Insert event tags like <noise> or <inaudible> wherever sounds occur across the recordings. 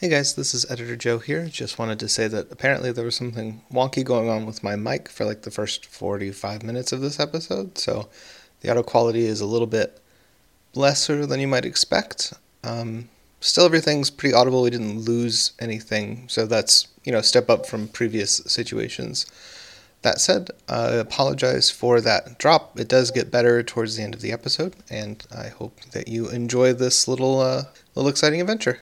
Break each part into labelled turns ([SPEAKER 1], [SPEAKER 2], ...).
[SPEAKER 1] Hey guys, this is Editor Joe here. Just wanted to say that apparently there was something wonky going on with my mic for like the first 45 minutes of this episode, so the audio quality is a little bit lesser than you might expect. Um, still, everything's pretty audible. We didn't lose anything, so that's, you know, step up from previous situations. That said, I apologize for that drop. It does get better towards the end of the episode, and I hope that you enjoy this little, uh, little exciting adventure.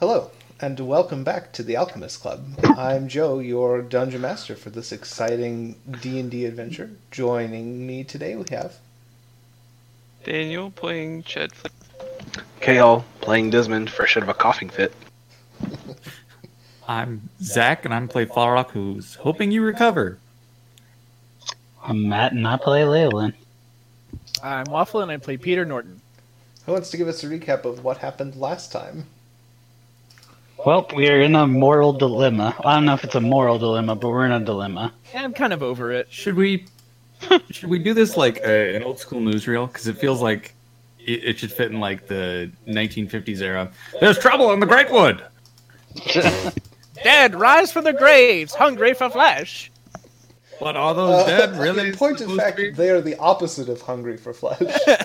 [SPEAKER 1] Hello, and welcome back to the Alchemist Club. I'm Joe, your dungeon master for this exciting D&D adventure. Joining me today we have
[SPEAKER 2] Daniel playing Chad Flick.
[SPEAKER 3] Kale playing Desmond fresh out of a coughing fit.
[SPEAKER 4] I'm Zach, and I'm play Falrock, who's hoping you recover.
[SPEAKER 5] I'm Matt and I play Leyland.
[SPEAKER 6] I'm Waffle and I play Peter Norton.
[SPEAKER 1] who wants to give us a recap of what happened last time.
[SPEAKER 5] Well, we are in a moral dilemma. I don't know if it's a moral dilemma, but we're in a dilemma. <laughs>
[SPEAKER 6] Yeah, I'm kind of over it.
[SPEAKER 4] Should we? should we do this like uh, an old school newsreel? Because it feels like it, it should fit in like the 1950s era. There's trouble on the Great Wood.
[SPEAKER 6] Dead, rise from the graves, hungry for flesh.
[SPEAKER 4] But are
[SPEAKER 1] <laughs>
[SPEAKER 4] those dead really?
[SPEAKER 1] In Uh, point of
[SPEAKER 4] supposed
[SPEAKER 1] fact,
[SPEAKER 4] to be-
[SPEAKER 1] they are the opposite of hungry for flesh.
[SPEAKER 4] <laughs>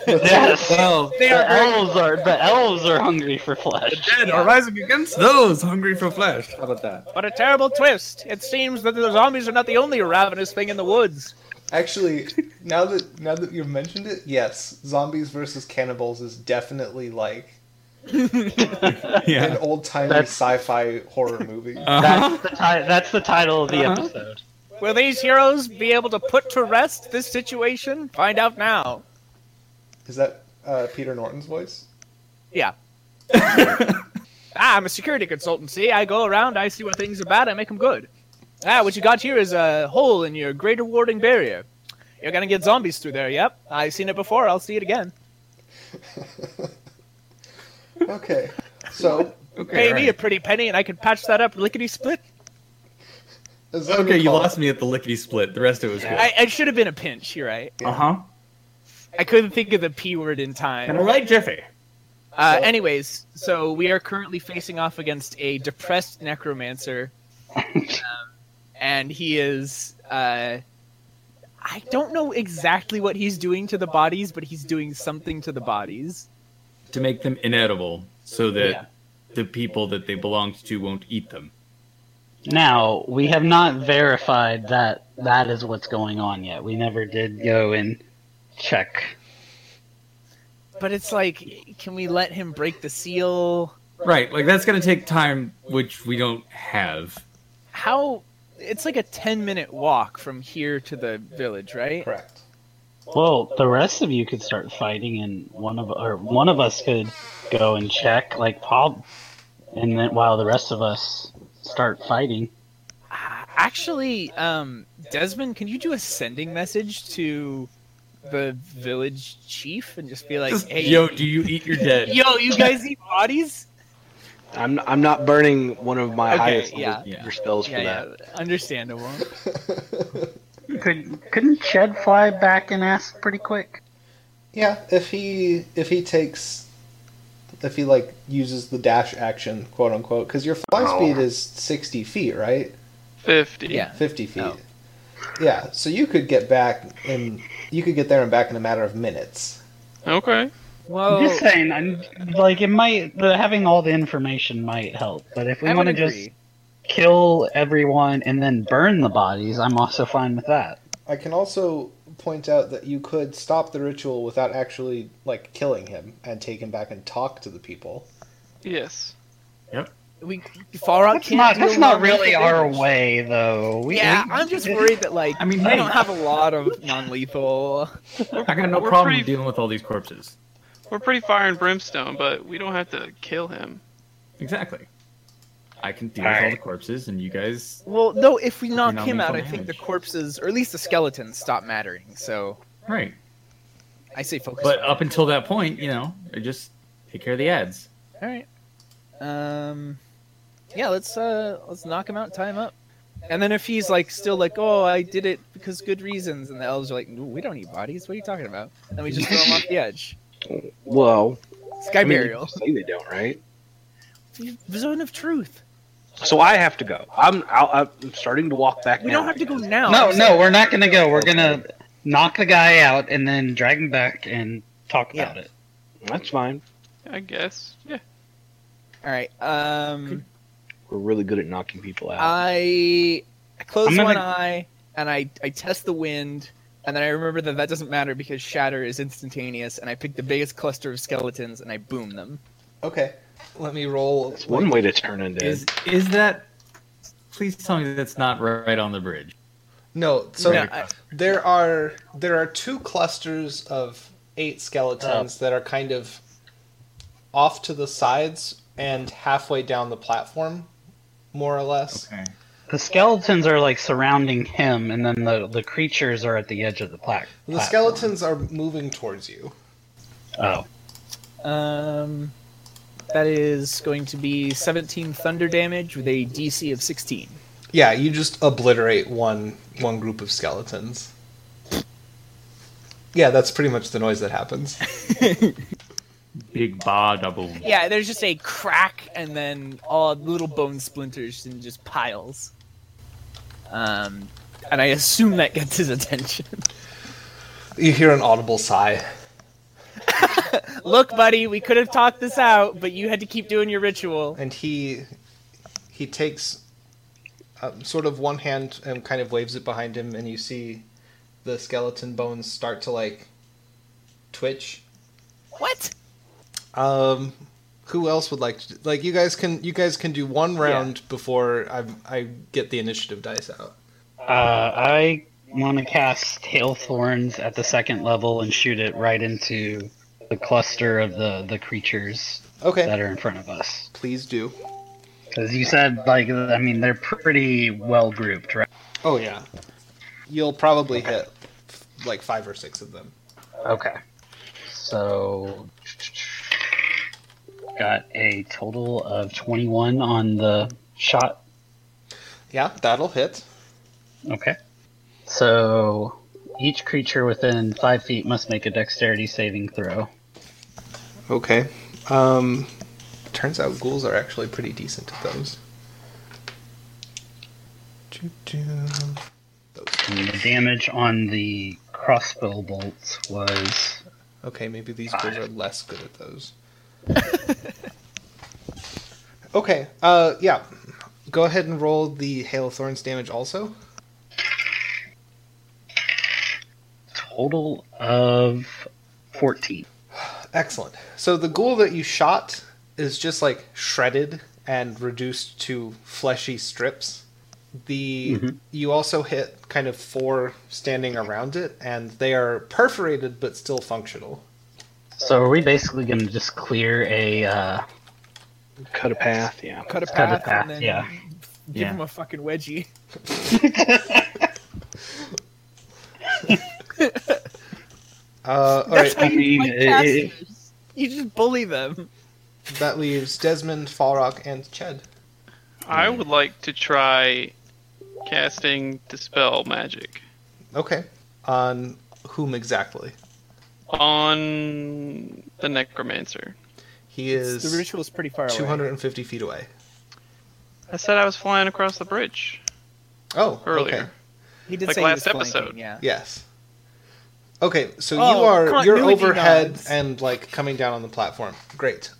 [SPEAKER 5] Yes.
[SPEAKER 4] Well,
[SPEAKER 5] the elves are the elves are hungry for flesh.
[SPEAKER 4] dead are rising against those hungry for
[SPEAKER 1] <laughs>
[SPEAKER 4] flesh. How about that?
[SPEAKER 6] What a terrible twist. It seems that the zombies are not the only ravenous thing in the woods.
[SPEAKER 1] Actually, now that now that you've mentioned it, yes, zombies versus cannibals is definitely like an
[SPEAKER 4] Yeah.
[SPEAKER 1] old-timey
[SPEAKER 5] That's-
[SPEAKER 1] sci-fi horror movie.
[SPEAKER 4] Uh-huh.
[SPEAKER 5] That's the ti- that's the title of the
[SPEAKER 4] Uh-huh.
[SPEAKER 5] episode.
[SPEAKER 6] Will these heroes be able to put to rest this situation? Find out now.
[SPEAKER 1] Is that uh, Peter Norton's voice? <laughs>
[SPEAKER 6] Yeah. ah, I'm a security consultant, see? I go around, I see what things are bad, I make them good. Ah, what you got here is a hole in your greater warding barrier. You're gonna get zombies through there, yep. I've seen it before, I'll see it again.
[SPEAKER 1] Okay. So,
[SPEAKER 6] Pay
[SPEAKER 4] Okay.
[SPEAKER 6] me a
[SPEAKER 4] alright.
[SPEAKER 6] pretty penny and I can patch that up lickety split.
[SPEAKER 1] as I
[SPEAKER 4] Okay, you
[SPEAKER 1] recall-
[SPEAKER 4] lost me at the lickety split. The rest of it was good.
[SPEAKER 6] I, I should have been a pinch, you're right.
[SPEAKER 4] Uh huh.
[SPEAKER 6] I couldn't think of the P word in time.
[SPEAKER 4] right, Jiffy.
[SPEAKER 6] Uh, anyways, so we are currently facing off against a depressed necromancer. um, and he is. Uh, I don't know exactly what he's doing to the bodies, but he's doing something to the bodies.
[SPEAKER 4] to make them inedible so that
[SPEAKER 6] Yeah.
[SPEAKER 4] the people that they belonged to won't eat them.
[SPEAKER 5] Now we have not verified that that is what's going on yet. We never did go and check.
[SPEAKER 6] But it's like, can we let him break the seal?
[SPEAKER 4] Right, like that's going to take time, which we don't have.
[SPEAKER 6] How. It's like a 10 minute walk from here to the village, right? Uh,
[SPEAKER 1] Correct.
[SPEAKER 5] Well, the rest of you could start fighting, and one of or one of us could go and check, like Paul, and then while the rest of us start fighting.
[SPEAKER 6] Actually, um, Desmond, can you do a sending message to the village chief and just be like,
[SPEAKER 4] Just,
[SPEAKER 6] "Hey,
[SPEAKER 4] Yo, do you
[SPEAKER 6] <laughs>
[SPEAKER 4] eat your <laughs> dead?
[SPEAKER 6] yo, you guys eat bodies?"
[SPEAKER 3] I'm I'm not burning one of my
[SPEAKER 6] Okay,
[SPEAKER 3] highest
[SPEAKER 6] yeah.
[SPEAKER 3] level
[SPEAKER 4] Yeah.
[SPEAKER 3] spells for
[SPEAKER 6] Yeah,
[SPEAKER 3] that.
[SPEAKER 6] yeah, understandable.
[SPEAKER 5] Could couldn't Ched fly back and ask pretty quick?
[SPEAKER 1] Yeah, if he if he takes if he like uses the dash action, quote unquote, because your fly
[SPEAKER 3] Oh.
[SPEAKER 1] speed is sixty feet, right?
[SPEAKER 2] 50.
[SPEAKER 6] Yeah,
[SPEAKER 1] Fifty feet.
[SPEAKER 6] Oh.
[SPEAKER 1] Yeah, so you could get back and you could get there and back in a matter of minutes.
[SPEAKER 2] Okay.
[SPEAKER 6] well,
[SPEAKER 5] Just saying, I'm, like it might the, having all the information might help, but if we
[SPEAKER 6] I
[SPEAKER 5] want
[SPEAKER 6] would
[SPEAKER 5] to
[SPEAKER 6] agree.
[SPEAKER 5] just kill everyone and then burn the bodies, I'm also fine with that.
[SPEAKER 1] I can also point out that you could stop the ritual without actually like killing him and take him back and talk to the people.
[SPEAKER 2] Yes.
[SPEAKER 6] We Farah
[SPEAKER 5] That's
[SPEAKER 6] can't
[SPEAKER 5] not
[SPEAKER 6] do
[SPEAKER 5] that's
[SPEAKER 6] a
[SPEAKER 5] not
[SPEAKER 6] long
[SPEAKER 5] really
[SPEAKER 6] lethal
[SPEAKER 5] our
[SPEAKER 6] damage.
[SPEAKER 5] way though. We,
[SPEAKER 6] Yeah,
[SPEAKER 5] we-
[SPEAKER 6] I'm just worried that like
[SPEAKER 4] I mean,
[SPEAKER 6] I
[SPEAKER 4] hey.
[SPEAKER 6] don't have a lot of non-lethal.
[SPEAKER 4] I got no
[SPEAKER 2] We're
[SPEAKER 4] problem
[SPEAKER 2] pretty-
[SPEAKER 4] dealing with all these corpses.
[SPEAKER 2] We're pretty fire and brimstone, but we don't have to kill him.
[SPEAKER 4] Exactly. I can deal
[SPEAKER 5] All
[SPEAKER 4] with all
[SPEAKER 5] right.
[SPEAKER 4] the corpses, and you guys.
[SPEAKER 6] Well, no, if we knock
[SPEAKER 4] not
[SPEAKER 6] him out, I
[SPEAKER 4] lethal
[SPEAKER 6] think the
[SPEAKER 4] damage.
[SPEAKER 6] corpses, or at least the skeletons, stop mattering. So
[SPEAKER 4] Right.
[SPEAKER 6] I say focus.
[SPEAKER 4] But
[SPEAKER 6] on
[SPEAKER 4] up until that point, you know, I just take care of the ads.
[SPEAKER 6] All right. Um, yeah, let's uh, let's knock him out, tie him up, and then if he's like still like, oh, I did it because good reasons, and the elves are like, no, we don't need bodies. What are you talking about? Then we just throw him off the edge.
[SPEAKER 3] Well,
[SPEAKER 6] Sky
[SPEAKER 3] I mean,
[SPEAKER 6] burial.
[SPEAKER 3] you say they don't, right?
[SPEAKER 6] zone of truth.
[SPEAKER 3] So I have to go. I'm I'll, I'm starting to walk back.
[SPEAKER 6] We
[SPEAKER 3] now,
[SPEAKER 6] don't have
[SPEAKER 3] I
[SPEAKER 6] to go
[SPEAKER 3] guess.
[SPEAKER 6] now.
[SPEAKER 5] no,
[SPEAKER 6] I'm saying-
[SPEAKER 5] no, we're not gonna go. We're gonna knock the guy out and then drag him back and talk about it.
[SPEAKER 3] That's fine.
[SPEAKER 2] I guess. Yeah.
[SPEAKER 6] All right. Um,
[SPEAKER 3] We're really good at knocking people
[SPEAKER 6] Uh,
[SPEAKER 3] out.
[SPEAKER 6] I I close
[SPEAKER 5] I'm gonna-
[SPEAKER 6] one eye and I I test the wind, and then I remember that that doesn't matter because shatter is instantaneous, and I pick the biggest cluster of skeletons and I boom them.
[SPEAKER 1] Okay, let me roll.
[SPEAKER 3] That's one way to turn undead.
[SPEAKER 4] Is is that? Please tell me that's not right on the bridge.
[SPEAKER 1] No, so
[SPEAKER 6] No, I-
[SPEAKER 1] there are there are two clusters of eight skeletons that are kind of off to the sides and halfway down the platform, more or less.
[SPEAKER 5] The skeletons are like surrounding him, and then the the creatures are at the edge of the plaque.
[SPEAKER 1] The skeletons are moving towards you.
[SPEAKER 5] Oh,
[SPEAKER 6] Um, that is going to be 17 thunder damage with a DC of 16.
[SPEAKER 1] Yeah, you just obliterate one one group of skeletons. Yeah, that's pretty much the noise that happens.
[SPEAKER 4] Big ba double.
[SPEAKER 6] Yeah, there's just a crack and then all little bone splinters and just piles. Um, and I assume that gets his attention. <laughs>
[SPEAKER 1] You hear an audible sigh.
[SPEAKER 6] Look, buddy, we could have talked this out, but you had to keep doing your ritual.
[SPEAKER 1] and he he takes um, sort of one hand and kind of waves it behind him and you see the skeleton bones start to like twitch
[SPEAKER 6] What?
[SPEAKER 1] um who else would like to like you guys can you guys can do one round before i i get the initiative dice out
[SPEAKER 5] uh, I want to cast hail thorns at the second level and shoot it right into the cluster of the the creatures
[SPEAKER 1] okay
[SPEAKER 5] that are in front of us.
[SPEAKER 1] please do
[SPEAKER 5] Because you said like I mean they're pretty well grouped, right?
[SPEAKER 1] oh yeah you'll probably hit f- like five or six of them
[SPEAKER 5] Okay. So got a total of 21 on the shot.
[SPEAKER 1] yeah that'll hit
[SPEAKER 5] Okay. So each creature within 5 feet must make a dexterity saving throw.
[SPEAKER 1] Okay. Um, turns out ghouls are actually pretty decent at those. Doo-doo.
[SPEAKER 5] And the damage on the crossbow bolts was
[SPEAKER 1] Okay, maybe these ghouls are less good at those. <laughs> okay. Uh, yeah. Go ahead and roll the hail of thorns damage also.
[SPEAKER 5] total of 14.
[SPEAKER 1] Excellent. So the ghoul that you shot is just like shredded and reduced to fleshy strips. The
[SPEAKER 5] Mhm.
[SPEAKER 1] you also hit kind of four standing around it, and they are perforated but still functional.
[SPEAKER 5] So are we basically going to just clear a uh,
[SPEAKER 3] Cut a path. Yeah.
[SPEAKER 6] Cut a path,
[SPEAKER 5] Cut a path,
[SPEAKER 6] and then
[SPEAKER 5] yeah.
[SPEAKER 6] give
[SPEAKER 4] Yeah.
[SPEAKER 6] him a fucking wedgie.
[SPEAKER 1] Uh, all
[SPEAKER 6] That's
[SPEAKER 1] right,
[SPEAKER 6] how you
[SPEAKER 5] I
[SPEAKER 6] fight
[SPEAKER 5] mean, it- it-
[SPEAKER 6] casters. You just bully them.
[SPEAKER 1] that leaves Desmond, Falrock, and Ched.
[SPEAKER 2] I
[SPEAKER 4] Mm.
[SPEAKER 2] would like to try casting dispel magic
[SPEAKER 1] Okay, on whom exactly?
[SPEAKER 2] on the necromancer.
[SPEAKER 1] He
[SPEAKER 6] The
[SPEAKER 1] is
[SPEAKER 6] ritual is pretty far away.
[SPEAKER 1] two hundred and fifty feet away.
[SPEAKER 2] I said I was flying across the bridge
[SPEAKER 1] Oh,
[SPEAKER 2] earlier.
[SPEAKER 1] okay.
[SPEAKER 6] He did
[SPEAKER 2] Like
[SPEAKER 6] say
[SPEAKER 2] last
[SPEAKER 6] he was flanking,
[SPEAKER 2] episode.
[SPEAKER 6] yeah.
[SPEAKER 1] Yes. Okay, so you
[SPEAKER 6] Oh,
[SPEAKER 1] are you're
[SPEAKER 6] continuity
[SPEAKER 1] overhead
[SPEAKER 6] nods.
[SPEAKER 1] and like coming down on the platform. Great.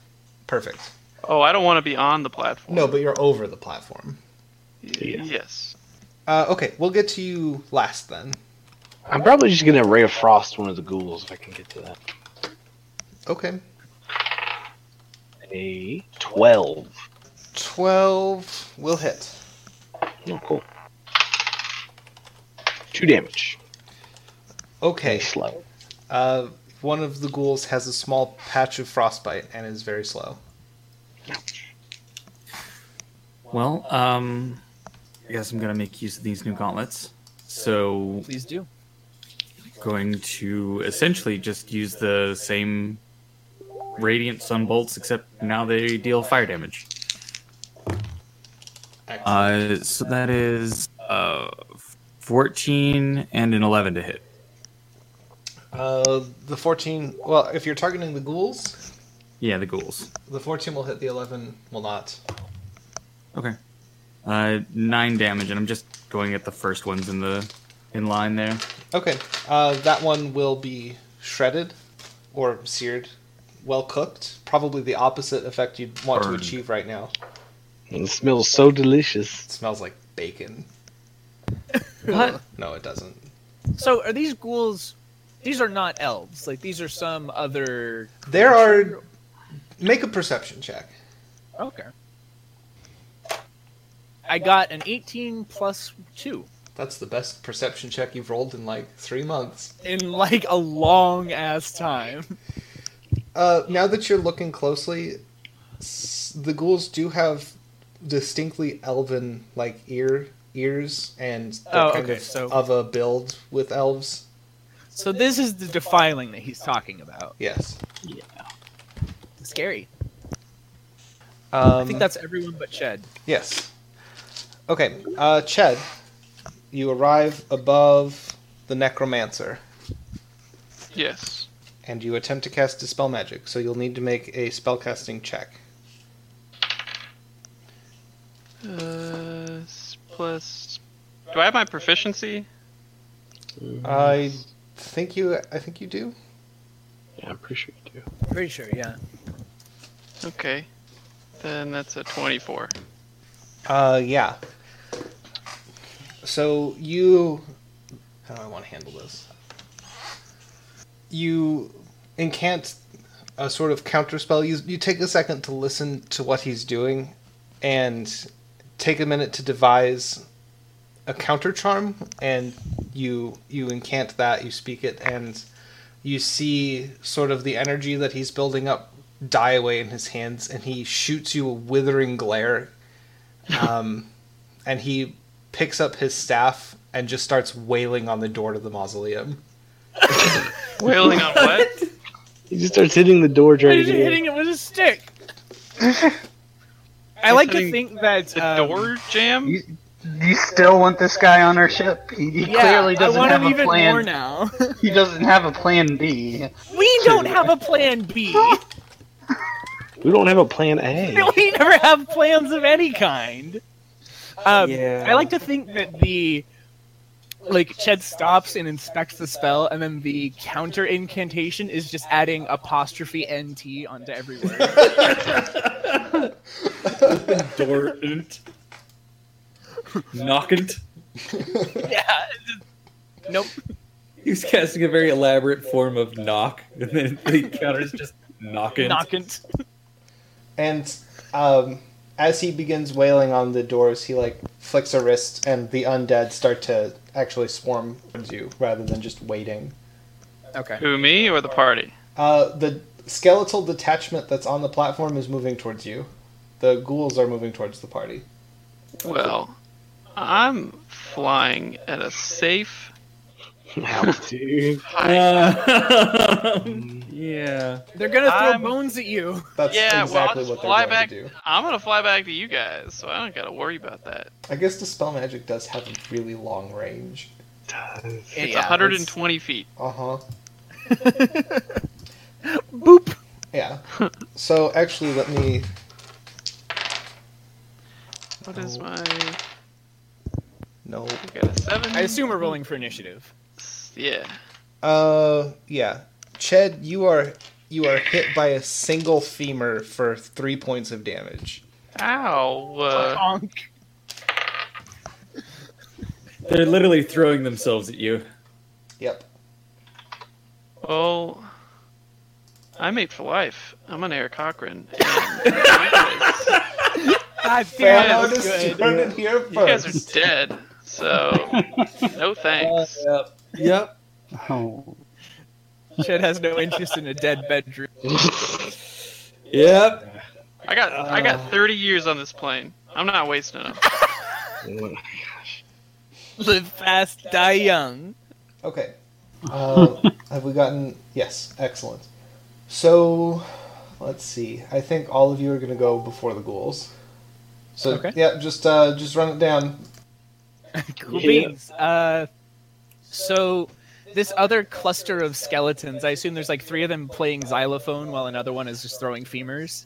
[SPEAKER 1] Perfect.
[SPEAKER 2] Oh, I don't want to be on the platform.
[SPEAKER 1] No, but you're over the platform.
[SPEAKER 2] Y- Yes.
[SPEAKER 1] Uh, okay, we'll get to you last then.
[SPEAKER 3] I'm probably just gonna ray of frost one of the ghouls if I can get to that.
[SPEAKER 1] Okay.
[SPEAKER 3] A twelve.
[SPEAKER 1] 12 will hit.
[SPEAKER 3] Oh, cool. Two damage.
[SPEAKER 1] Okay.
[SPEAKER 3] Slow.
[SPEAKER 1] Uh, one of the ghouls has a small patch of frostbite and is very slow.
[SPEAKER 4] Well, um, I guess I'm gonna make use of these new gauntlets. So
[SPEAKER 6] Please do.
[SPEAKER 4] going to essentially just use the same radiant sun bolts, except now they deal fire damage. Uh, so that is uh, 14 and an 11 to hit.
[SPEAKER 1] Uh, the 14. Well, if you're targeting the ghouls,
[SPEAKER 4] Yeah, the ghouls.
[SPEAKER 1] The 14 will hit, the 11 will not.
[SPEAKER 4] Okay. Uh, nine damage, and I'm just going at the first ones in the in line there.
[SPEAKER 1] Okay, uh, that one will be shredded or seared, well cooked. Probably the opposite effect you'd want
[SPEAKER 4] Burned.
[SPEAKER 1] to achieve right now.
[SPEAKER 3] It smells so delicious.
[SPEAKER 1] It smells like bacon.
[SPEAKER 6] What?
[SPEAKER 1] No, it doesn't.
[SPEAKER 6] <laughs> So are these ghouls? These are not elves. Like these are some other.
[SPEAKER 1] There are. Make a perception check.
[SPEAKER 6] Okay. I got an 18 plus two
[SPEAKER 1] That's the best perception check you've rolled in like three months.
[SPEAKER 6] in like a long ass time.
[SPEAKER 1] Uh, now that you're looking closely, s- the ghouls do have distinctly elven like ear ears and they're
[SPEAKER 6] Oh,
[SPEAKER 1] kind
[SPEAKER 6] okay,
[SPEAKER 1] of
[SPEAKER 6] so-
[SPEAKER 1] of a build with elves.
[SPEAKER 6] So this is the defiling that he's talking about.
[SPEAKER 1] Yes.
[SPEAKER 5] Yeah.
[SPEAKER 6] Scary.
[SPEAKER 1] Um,
[SPEAKER 6] I think that's everyone but Ched.
[SPEAKER 1] Yes. Okay, uh, Ched, you arrive above the necromancer,
[SPEAKER 2] Yes.
[SPEAKER 1] and you attempt to cast dispel magic. So you'll need to make a spellcasting check.
[SPEAKER 2] Uh, s- plus. Do I have my proficiency?
[SPEAKER 1] I think you. I think you do.
[SPEAKER 3] Yeah, I'm pretty sure you do.
[SPEAKER 6] Pretty sure, yeah.
[SPEAKER 2] Okay. Then that's a 24.
[SPEAKER 1] Uh, yeah. So you. How do I want to handle this? You incant a sort of counterspell. You, you take a second to listen to what he's doing and take a minute to devise a counter charm and you you incant that you speak it and you see sort of the energy that he's building up die away in his hands and he shoots you a withering glare um, and he picks up his staff and just starts wailing on the door to the mausoleum.
[SPEAKER 2] Wailing on what?
[SPEAKER 3] He just starts hitting the door
[SPEAKER 6] Why
[SPEAKER 3] trying
[SPEAKER 6] is
[SPEAKER 3] to
[SPEAKER 6] he
[SPEAKER 3] get
[SPEAKER 6] hitting it with a stick? I like to
[SPEAKER 2] hitting
[SPEAKER 6] think that
[SPEAKER 2] The
[SPEAKER 6] um,
[SPEAKER 2] door jam?
[SPEAKER 7] You, you still want this guy on our ship? He, he
[SPEAKER 6] yeah,
[SPEAKER 7] clearly
[SPEAKER 6] I
[SPEAKER 7] doesn't
[SPEAKER 6] want
[SPEAKER 7] have
[SPEAKER 6] him
[SPEAKER 7] a
[SPEAKER 6] even more
[SPEAKER 7] plan.
[SPEAKER 6] now. <laughs>
[SPEAKER 7] He doesn't have a plan B.
[SPEAKER 6] we don't have a plan B.
[SPEAKER 3] in. We don't have a plan
[SPEAKER 6] <laughs>
[SPEAKER 3] A. <laughs>
[SPEAKER 6] we never have plans of any kind. Um,
[SPEAKER 3] Yeah.
[SPEAKER 6] I like to think that the like Ched stops and inspects the spell, and then the counter incantation is just adding apostrophe nt onto every word.
[SPEAKER 4] Dorant. <laughs> Knockant.
[SPEAKER 6] yeah. Nope.
[SPEAKER 4] He's casting a very elaborate form of knock, and then the counter's just knocking.
[SPEAKER 6] Knockant.
[SPEAKER 1] And um, as he begins wailing on the doors, he like flicks a wrist, and the undead start to actually swarm towards you rather than just waiting.
[SPEAKER 6] Okay.
[SPEAKER 2] Who, me or the party?
[SPEAKER 1] Uh, the skeletal detachment that's on the platform is moving towards you. The ghouls are moving towards the party.
[SPEAKER 2] Well, I'm flying at a safe.
[SPEAKER 3] Altitude.
[SPEAKER 4] Uh, yeah.
[SPEAKER 6] They're gonna throw
[SPEAKER 2] I'm-
[SPEAKER 6] bones at you.
[SPEAKER 1] That's
[SPEAKER 2] yeah, well, I'll
[SPEAKER 1] exactly
[SPEAKER 2] just
[SPEAKER 1] what they're
[SPEAKER 2] fly
[SPEAKER 1] going
[SPEAKER 2] back.
[SPEAKER 1] to do.
[SPEAKER 2] I'm gonna fly back to you guys, so I don't gotta worry about that.
[SPEAKER 1] I guess the spell magic does have a really long range.
[SPEAKER 2] It's
[SPEAKER 6] Yeah,
[SPEAKER 2] 120 feet.
[SPEAKER 1] Uh huh.
[SPEAKER 6] <laughs> Boop.
[SPEAKER 1] Yeah. so actually, let me
[SPEAKER 2] What is
[SPEAKER 1] Oh.
[SPEAKER 2] my? I
[SPEAKER 1] No.
[SPEAKER 2] got a seven.
[SPEAKER 6] I assume we're rolling for initiative.
[SPEAKER 2] Yeah.
[SPEAKER 1] Uh, yeah. Ched, you are you are hit by a single femur for three points of damage.
[SPEAKER 2] Ow. Uh,
[SPEAKER 6] <laughs> Bonk.
[SPEAKER 4] They're literally throwing themselves at you.
[SPEAKER 1] Yep.
[SPEAKER 2] well, I'm eight for life. I'm an Eric Cochran. and <laughs>
[SPEAKER 6] God
[SPEAKER 1] Fan
[SPEAKER 6] damn, that
[SPEAKER 1] artist
[SPEAKER 6] was good.
[SPEAKER 1] heard it here
[SPEAKER 2] you guys
[SPEAKER 1] first.
[SPEAKER 2] are dead, so
[SPEAKER 6] <laughs>
[SPEAKER 2] no thanks.
[SPEAKER 6] Uh,
[SPEAKER 4] yep. Yep.
[SPEAKER 5] Oh.
[SPEAKER 6] <laughs> Ched has no interest in a dead bedroom.
[SPEAKER 4] Yep.
[SPEAKER 2] I got I
[SPEAKER 6] Uh.
[SPEAKER 2] got 30 years on this plane. I'm not wasting them.
[SPEAKER 6] Live fast, die young.
[SPEAKER 1] Okay.
[SPEAKER 6] <laughs>
[SPEAKER 1] Uh, have we gotten? Yes. Excellent. So, let's see. I think all of you are going to go before the ghouls. So
[SPEAKER 6] Okay.
[SPEAKER 1] yeah, just uh, just run it down.
[SPEAKER 6] Cool
[SPEAKER 3] Yeah.
[SPEAKER 6] beans. Uh, so this other cluster of skeletons. I assume there's like three of them playing xylophone while another one is just throwing femurs.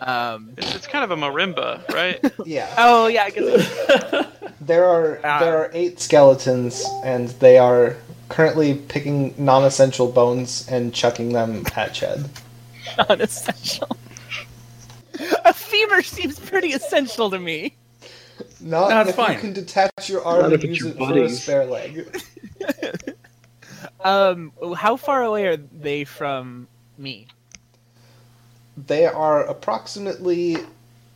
[SPEAKER 6] Um,
[SPEAKER 2] It's, it's kind of a marimba, right?
[SPEAKER 1] Yeah.
[SPEAKER 6] oh yeah, I guess
[SPEAKER 1] There are
[SPEAKER 6] Ah.
[SPEAKER 1] there are eight skeletons, and they are currently picking non-essential bones and chucking them at Chad.
[SPEAKER 6] it's non-essential. a femur seems pretty essential to me.
[SPEAKER 1] Not
[SPEAKER 4] No, it's
[SPEAKER 1] if
[SPEAKER 4] fine.
[SPEAKER 1] you can detach your arm
[SPEAKER 8] Not
[SPEAKER 1] and
[SPEAKER 8] if it's
[SPEAKER 1] use
[SPEAKER 8] your
[SPEAKER 1] it for a
[SPEAKER 8] buddies.
[SPEAKER 1] spare leg.
[SPEAKER 6] Um, how far away are they from me?
[SPEAKER 1] They are approximately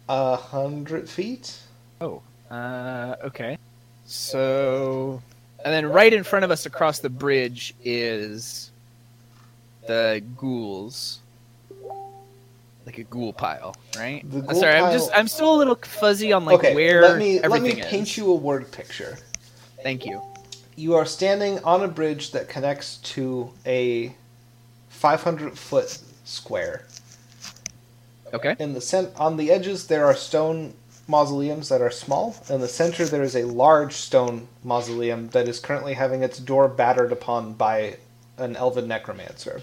[SPEAKER 1] a hundred feet.
[SPEAKER 6] Uh, okay. So, and then right in front of us across the bridge is the ghouls. Like a ghoul pile, right?
[SPEAKER 1] The
[SPEAKER 6] I'm
[SPEAKER 1] ghoul
[SPEAKER 6] sorry, I'm
[SPEAKER 1] pile-
[SPEAKER 6] just I'm still a little fuzzy on like
[SPEAKER 1] okay,
[SPEAKER 6] where
[SPEAKER 1] let me let me
[SPEAKER 6] everything
[SPEAKER 1] paint
[SPEAKER 6] is.
[SPEAKER 1] you a word picture.
[SPEAKER 6] Thank you.
[SPEAKER 1] You are standing on a bridge that connects to a 500 foot square.
[SPEAKER 6] Okay.
[SPEAKER 1] In the cent- on the edges there are stone mausoleums that are small. In the center there is a large stone mausoleum that is currently having its door battered upon by an elven necromancer.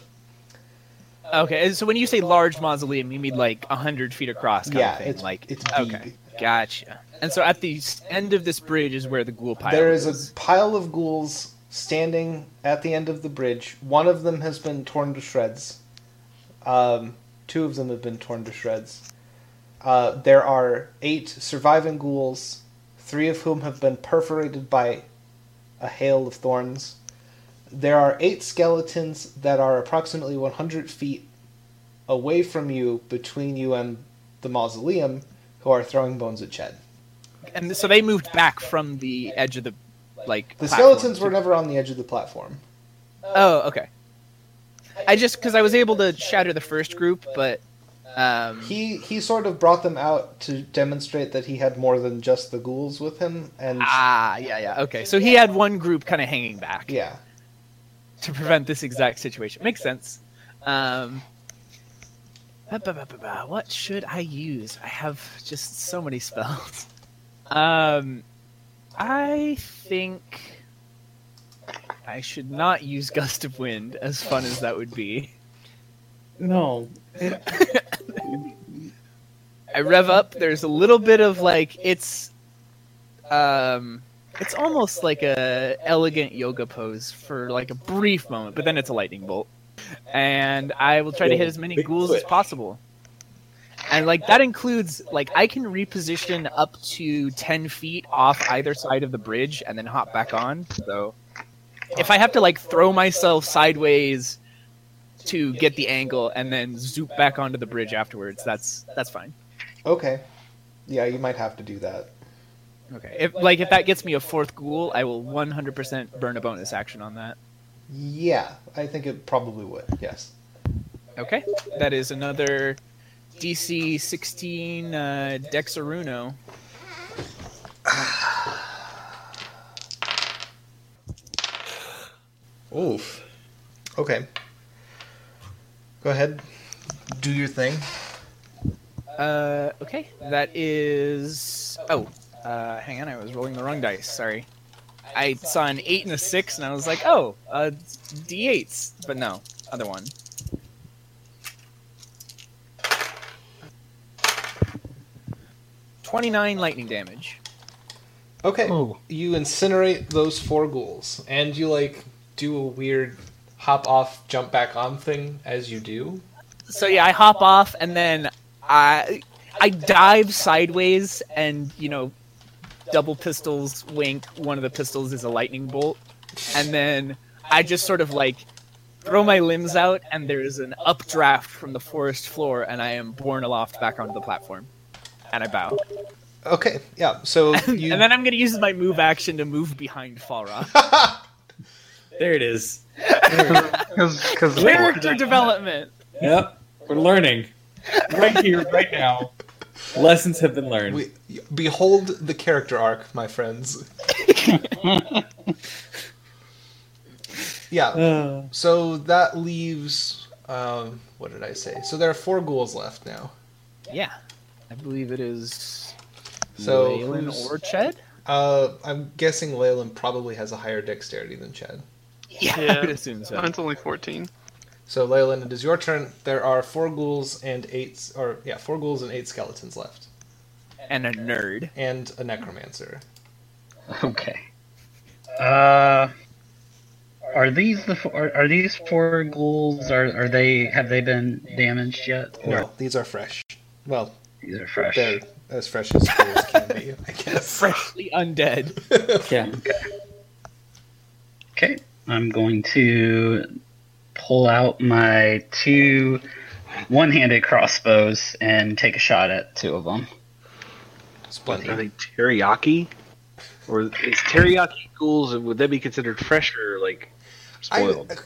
[SPEAKER 6] Okay. and So when you say large mausoleum, you mean like hundred feet across? Kind
[SPEAKER 1] yeah,
[SPEAKER 6] of thing.
[SPEAKER 1] it's
[SPEAKER 6] like
[SPEAKER 1] it's big.
[SPEAKER 6] okay. Gotcha. And so at the s- end of this bridge is where the ghoul pile
[SPEAKER 1] There is a pile of ghouls standing at the end of the bridge. One of them has been torn to shreds. Um, two of them have been torn to shreds. Uh, there are eight surviving ghouls, three of whom have been perforated by a hail of thorns. There are eight skeletons that are approximately 100 feet away from you, between you and the mausoleum, who are throwing bones at Ched.
[SPEAKER 6] and so they moved back from the edge of the like
[SPEAKER 1] The
[SPEAKER 6] platform
[SPEAKER 1] skeletons
[SPEAKER 6] to-
[SPEAKER 1] were never on the edge of the platform.
[SPEAKER 6] oh okay i just because i was able to shatter the first group but um
[SPEAKER 1] He he sort of brought them out to demonstrate that he had more than just the ghouls with him, and
[SPEAKER 6] ah yeah yeah okay so he had one group kind of hanging back
[SPEAKER 1] yeah,
[SPEAKER 6] to prevent this exact situation makes sense um ba-ba-ba-ba-ba, what should i use i have just so many spells <laughs> um i think i should not use gust of wind as fun as that would be
[SPEAKER 8] No.
[SPEAKER 6] I rev up. There's a little bit of like it's, um, it's almost like a elegant yoga pose for like a brief moment, but then it's a lightning bolt, and I will try to hit as many
[SPEAKER 8] Big
[SPEAKER 6] ghouls as
[SPEAKER 8] switch.
[SPEAKER 6] possible. And like that includes like I can reposition up to ten feet off either side of the bridge and then hop back on. So if I have to like throw myself sideways to get the angle and then zoop back onto the bridge afterwards, that's that's fine.
[SPEAKER 1] okay, yeah, you might have to do that.
[SPEAKER 6] Okay. If like if that gets me a fourth ghoul, I will 100% burn a bonus action on that.
[SPEAKER 1] Yeah, I think it probably would. Yes,
[SPEAKER 6] Okay. That is another DC 16 uh, Dexaruno.
[SPEAKER 1] oof, okay. Go ahead, do your thing.
[SPEAKER 6] Uh, okay. That is oh, uh, hang on, I was rolling the wrong dice. Sorry. I saw an eight and a six, and I was like, oh, uh, d8s, but no, other one. Twenty-nine lightning damage.
[SPEAKER 1] Okay,
[SPEAKER 5] Oh.
[SPEAKER 1] you incinerate those four ghouls, and you like do a weird hop off, jump back on thing as you do.
[SPEAKER 6] so yeah, I hop off and then I I dive sideways and you know double pistols wink. One of the pistols is a lightning bolt, and then I just sort of like throw my limbs out and there is an updraft from the forest floor and I am borne aloft back onto the platform. And I bow. <laughs>
[SPEAKER 1] Okay, yeah. So you
[SPEAKER 6] And then I'm gonna use my move action to move behind Falra.
[SPEAKER 4] There it is.
[SPEAKER 7] Because
[SPEAKER 6] Character development.
[SPEAKER 4] Yep. We're learning. Right here, right now. Lessons have been learned.
[SPEAKER 1] we, behold the character arc, my friends. yeah.
[SPEAKER 4] Uh,
[SPEAKER 1] So that leaves. Um, what did I say? So there are four ghouls left now.
[SPEAKER 6] Yeah. I believe it is
[SPEAKER 1] So
[SPEAKER 6] Waylon
[SPEAKER 1] who's-
[SPEAKER 6] or Ched?
[SPEAKER 1] uh, I'm guessing Leyland probably has a higher dexterity than Chad.
[SPEAKER 6] Yeah, <laughs> I would assume so.
[SPEAKER 2] Mine's only 14.
[SPEAKER 1] So Leyland, it is your turn. There are four ghouls and eight, or yeah, four ghouls and eight skeletons left,
[SPEAKER 6] And a nerd.
[SPEAKER 1] and a necromancer.
[SPEAKER 5] Okay.
[SPEAKER 7] Uh, are these the four, are, are these four ghouls? Are are they have they been damaged yet? Or
[SPEAKER 1] No, these are fresh. Well,
[SPEAKER 7] these are fresh.
[SPEAKER 1] they're as fresh as ghouls can be, I guess.
[SPEAKER 6] <laughs> Freshly undead.
[SPEAKER 4] Yeah.
[SPEAKER 7] Okay, I'm going to pull out my two one-handed crossbows and take a shot at two of them.
[SPEAKER 3] Are
[SPEAKER 1] Splendid.
[SPEAKER 3] they teriyaki? Or is teriyaki ghouls, would they be considered fresh or like
[SPEAKER 1] I, uh,
[SPEAKER 3] spoiled?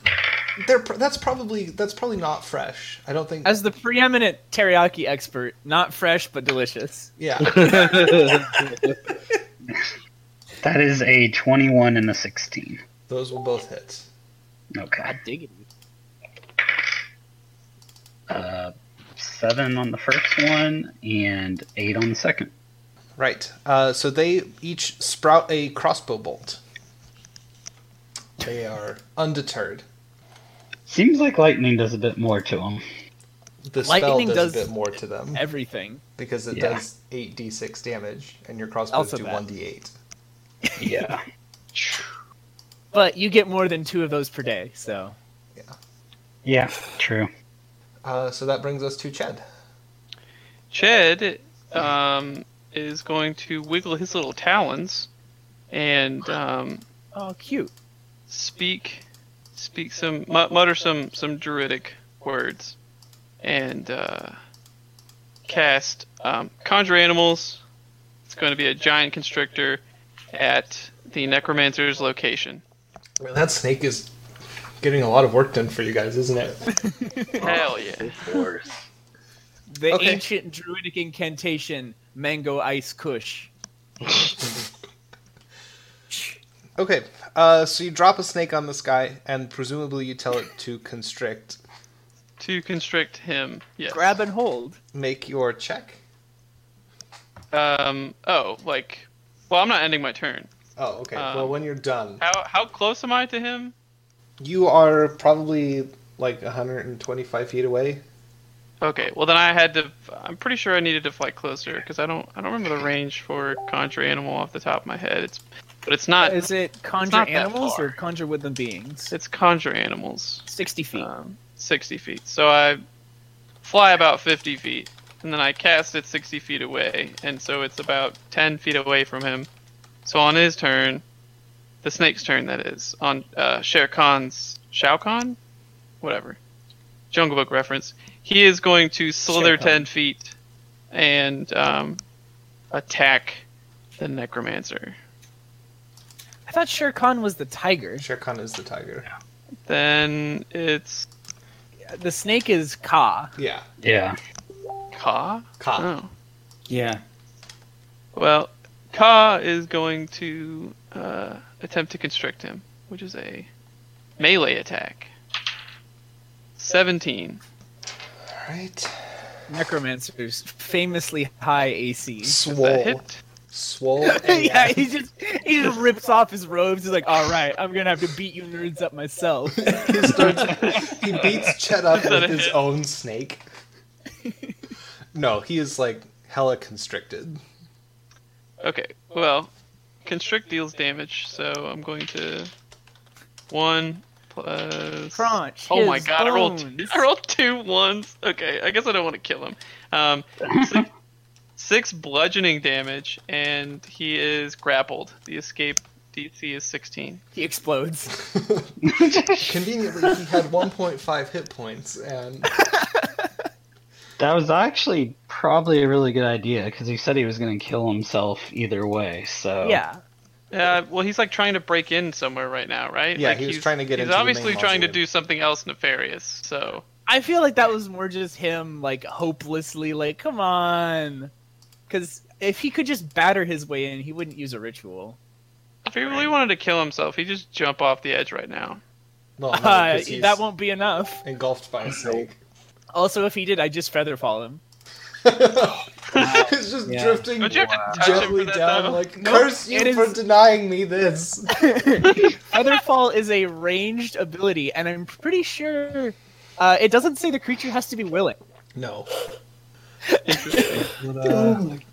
[SPEAKER 1] they're pr- that's probably that's probably not fresh. I don't think.
[SPEAKER 6] As the preeminent teriyaki expert, not fresh but delicious. <laughs>
[SPEAKER 1] yeah.
[SPEAKER 3] <laughs>
[SPEAKER 7] That is a 21 and a 16.
[SPEAKER 1] Those will both hit.
[SPEAKER 7] Okay.
[SPEAKER 6] dig it.
[SPEAKER 7] Uh, seven on the first one and eight on the second.
[SPEAKER 1] Right. Uh, so they each sprout a crossbow bolt. They are undeterred.
[SPEAKER 7] Seems like lightning does a bit more to them.
[SPEAKER 1] The
[SPEAKER 6] Lightning
[SPEAKER 1] spell does,
[SPEAKER 6] does
[SPEAKER 1] a bit more to them
[SPEAKER 6] Everything.
[SPEAKER 1] because it
[SPEAKER 7] Yeah.
[SPEAKER 1] does eight d six damage, and your crossbows
[SPEAKER 6] Also
[SPEAKER 1] do
[SPEAKER 6] that.
[SPEAKER 1] one d eight.
[SPEAKER 7] Yeah.
[SPEAKER 6] But you get more than two of those per day, so.
[SPEAKER 7] <laughs> yeah. True.
[SPEAKER 1] Uh, so that brings us to Ched.
[SPEAKER 2] Ched um, is going to wiggle his little talons and um,
[SPEAKER 6] Oh, cute.
[SPEAKER 2] speak speak some mu- mutter some some druidic words and uh, cast um, conjure animals it's going to be a giant constrictor at the necromancer's location
[SPEAKER 1] Man, that snake is getting a lot of work done for you guys, isn't it?
[SPEAKER 2] hell
[SPEAKER 3] <laughs>
[SPEAKER 2] yeah
[SPEAKER 3] Or-
[SPEAKER 6] The
[SPEAKER 1] Okay.
[SPEAKER 6] ancient druidic incantation, Mango Ice Kush.
[SPEAKER 1] Okay. Uh, so you drop a snake on this guy, and presumably you tell it to constrict.
[SPEAKER 2] to constrict him yes
[SPEAKER 6] Grab and hold.
[SPEAKER 1] Make your check.
[SPEAKER 2] um oh like well i'm not ending my turn
[SPEAKER 1] Oh, okay.
[SPEAKER 2] Um,
[SPEAKER 1] well, when you're done,
[SPEAKER 2] how how close am i to him
[SPEAKER 1] you are probably like 125 feet away.
[SPEAKER 2] okay well then i had to i'm pretty sure i needed to fly closer because i don't i don't remember the range for conjure animal off the top of my head it's but it's not
[SPEAKER 6] Is it conjure
[SPEAKER 2] not that
[SPEAKER 6] animals
[SPEAKER 2] far.
[SPEAKER 6] or conjure woodland beings?
[SPEAKER 2] It's conjure animals.
[SPEAKER 6] 60 feet.
[SPEAKER 2] Um, 60 feet. So I fly about 50 feet, and then I cast it 60 feet away, and so it's about 10 feet away from him. So on his turn, the snake's turn, that is, on uh, Shere Khan's Shao Kahn? Whatever. Jungle Book reference. He is going to slither
[SPEAKER 6] Shere Khan.
[SPEAKER 2] 10 feet and um, attack the Necromancer.
[SPEAKER 6] I thought Shere Khan was the tiger.
[SPEAKER 1] Shere Khan is the tiger.
[SPEAKER 2] Then it's
[SPEAKER 6] The snake is Ka.
[SPEAKER 1] Yeah.
[SPEAKER 7] Yeah.
[SPEAKER 2] Ka?
[SPEAKER 1] Ka.
[SPEAKER 2] Oh.
[SPEAKER 8] Yeah.
[SPEAKER 2] Well, Ka is going to uh, attempt to constrict him, which is a melee attack. 17.
[SPEAKER 1] All right.
[SPEAKER 6] Necromancer's famously high AC.
[SPEAKER 2] Is that
[SPEAKER 1] Swole.
[SPEAKER 2] hit? <laughs>
[SPEAKER 1] Swole.
[SPEAKER 6] <laughs> yeah, he just he just rips off his robes. He's like, "All right, I'm gonna have to beat you nerds up myself."
[SPEAKER 1] he, starts, he beats Chet up
[SPEAKER 2] Is that
[SPEAKER 1] with
[SPEAKER 2] a
[SPEAKER 1] his
[SPEAKER 2] hit?
[SPEAKER 1] own
[SPEAKER 2] <laughs>
[SPEAKER 1] snake. No, he is like hella constricted.
[SPEAKER 2] Okay, well, constrict deals damage, so I'm going to. 1 plus.
[SPEAKER 6] <laughs> Crunch
[SPEAKER 2] Oh my
[SPEAKER 6] his
[SPEAKER 2] god, I rolled, two,
[SPEAKER 6] bones.
[SPEAKER 2] <laughs> I rolled two ones. Okay, I guess I don't want to kill him. Um, six, <laughs> six bludgeoning damage, and he is grappled. The escape DC is 16.
[SPEAKER 6] He explodes.
[SPEAKER 7] <laughs>
[SPEAKER 1] Conveniently, he had 1.5 hit points, and
[SPEAKER 5] That was
[SPEAKER 7] Actually, probably a really good idea because he said he was going to kill himself either way. So
[SPEAKER 6] Yeah,
[SPEAKER 2] Uh, well, he's like trying to break in somewhere right now, right?
[SPEAKER 1] Yeah,
[SPEAKER 2] like,
[SPEAKER 1] he was
[SPEAKER 2] he's-
[SPEAKER 1] trying to get
[SPEAKER 2] He's
[SPEAKER 1] into the main
[SPEAKER 2] obviously trying to
[SPEAKER 1] mausoleum.
[SPEAKER 2] do something else nefarious. So
[SPEAKER 6] I feel like that was more just him, like hopelessly, like, "Come on," because if he could just batter his way in, he wouldn't use a ritual.
[SPEAKER 2] if he really wanted to kill himself, he'd just jump off the edge right now.
[SPEAKER 1] well,
[SPEAKER 2] <laughs>
[SPEAKER 1] no,
[SPEAKER 6] Uh,
[SPEAKER 1] 'cause he's
[SPEAKER 6] that won't be enough.
[SPEAKER 1] engulfed by a snake.
[SPEAKER 6] <laughs>
[SPEAKER 1] <laughs>
[SPEAKER 6] Also, if he did, I'd just feather fall him.
[SPEAKER 1] it's just
[SPEAKER 8] Yeah.
[SPEAKER 1] drifting
[SPEAKER 2] Don't you have to touch him
[SPEAKER 1] gently
[SPEAKER 2] for that,
[SPEAKER 1] down,
[SPEAKER 2] though?
[SPEAKER 1] like,
[SPEAKER 6] Nope,
[SPEAKER 1] curse you
[SPEAKER 6] it
[SPEAKER 1] for
[SPEAKER 6] is-
[SPEAKER 1] denying me this.
[SPEAKER 6] Featherfall is a ranged ability, and I'm pretty sure uh, it doesn't say the creature has to be willing.
[SPEAKER 1] No.
[SPEAKER 2] Interesting.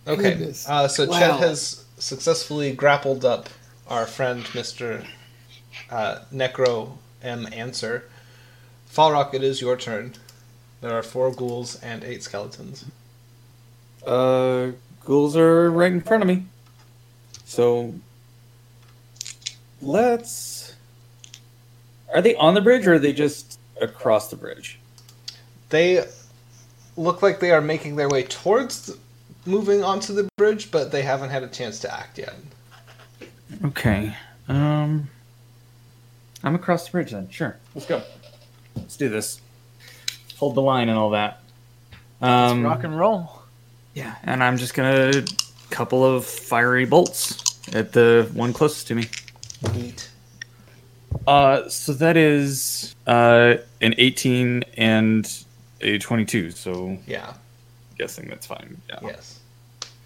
[SPEAKER 1] Okay.
[SPEAKER 8] Goodness.
[SPEAKER 1] Uh, so
[SPEAKER 8] Wow.
[SPEAKER 1] Chet has successfully grappled up our friend Mr. Uh, Necro M. Answer. Fall Rock, it is your turn. There are four ghouls and eight skeletons.
[SPEAKER 4] Uh, ghouls are right in front of me. So let's. Are they on the bridge or are they just across the bridge?
[SPEAKER 1] They look like they are making their way towards the, moving onto the bridge, but they haven't had a chance to act yet.
[SPEAKER 4] Okay. Um, I'm across the bridge then. Sure. Let's go. Let's do this. Hold the line and all that. Um,
[SPEAKER 6] Rock and roll.
[SPEAKER 4] yeah, and I'm just gonna couple of fiery bolts at the one closest to me.
[SPEAKER 1] Neat.
[SPEAKER 4] Uh, so that is uh an 18 and a 22. So
[SPEAKER 1] Yeah.
[SPEAKER 4] guessing that's fine. Yeah.
[SPEAKER 1] Yes.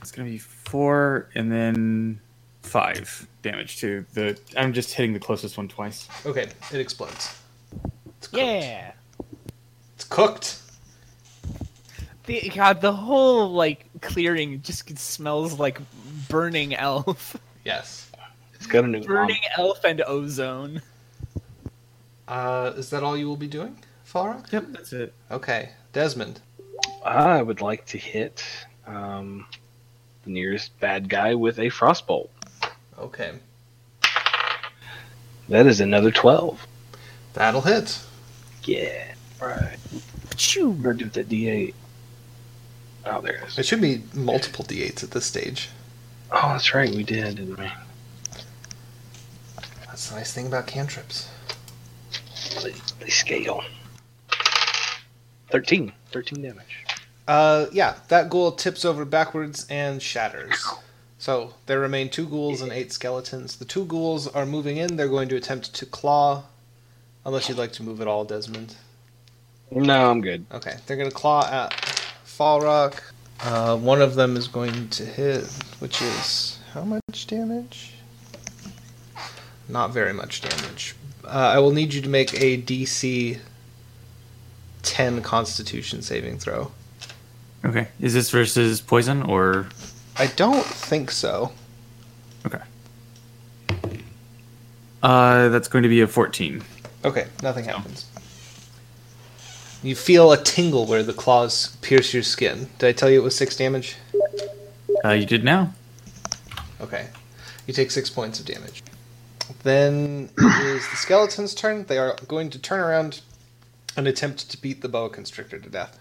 [SPEAKER 4] It's gonna be four and then five damage to the. I'm just hitting the closest one twice.
[SPEAKER 1] Okay. It explodes. It's cooked.
[SPEAKER 6] Yeah.
[SPEAKER 1] It's cooked.
[SPEAKER 6] The, God, the whole like clearing just smells like burning <laughs> elf,
[SPEAKER 1] Yes.
[SPEAKER 3] It's got a new mom.
[SPEAKER 6] burning elf and ozone.
[SPEAKER 1] Uh, is that all you will be doing, Fall Rock?
[SPEAKER 4] Yep, that's it.
[SPEAKER 1] Okay. Desmond.
[SPEAKER 3] Ah, I would like to hit um, the nearest bad guy with a frostbolt.
[SPEAKER 1] Okay.
[SPEAKER 3] That is another twelve.
[SPEAKER 1] That'll hit.
[SPEAKER 3] Yeah. Right.
[SPEAKER 6] Achoo.
[SPEAKER 3] Or do the D8. Oh, there it is.
[SPEAKER 1] It should be multiple d8s at this stage.
[SPEAKER 3] Oh, that's right. We did, didn't we?
[SPEAKER 1] That's the nice thing about cantrips.
[SPEAKER 3] They, they scale. Thirteen. Thirteen damage.
[SPEAKER 1] Uh, yeah, that ghoul tips over backwards and shatters. So there remain two ghouls and eight skeletons. The two ghouls are moving in. They're going to attempt to claw, unless you'd like to move at all, Desmond.
[SPEAKER 3] No, I'm good.
[SPEAKER 1] Okay, they're going to claw at Fall Rock. Uh, one of them is going to hit, which is how much damage? Not very much damage. Uh, I will need you to make a DC 10 Constitution saving throw.
[SPEAKER 4] Okay. Is this versus poison or?
[SPEAKER 1] I don't think so.
[SPEAKER 4] Uh, that's going to be a 14.
[SPEAKER 1] Okay, nothing happens. You feel a tingle where the claws pierce your skin. Did I tell you it was six damage?
[SPEAKER 4] Uh, you did now.
[SPEAKER 1] Okay. You take six points of damage. Then it is the skeleton's turn. They are going to turn around and attempt to beat the boa constrictor to death.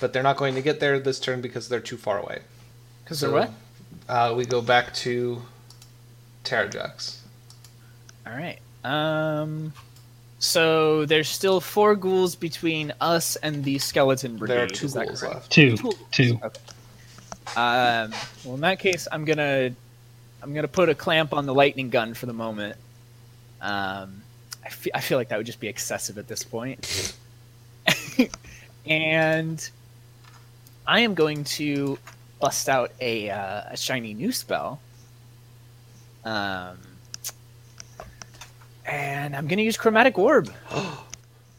[SPEAKER 1] But they're not going to get there this turn because they're too far away.
[SPEAKER 6] Because they're what?
[SPEAKER 1] Uh, we go back to Terrajax.
[SPEAKER 6] All right. Um. So there's still four ghouls between us and the skeleton brigade.
[SPEAKER 1] There are two
[SPEAKER 6] is that
[SPEAKER 1] ghouls
[SPEAKER 6] correct?
[SPEAKER 1] left.
[SPEAKER 7] Two. Two.
[SPEAKER 6] Um, well, in that case, I'm gonna I'm gonna put a clamp on the lightning gun for the moment. Um, I feel I feel like that would just be excessive at this point. <laughs> and I am going to bust out a uh, a shiny new spell. Um, and I'm gonna use chromatic orb.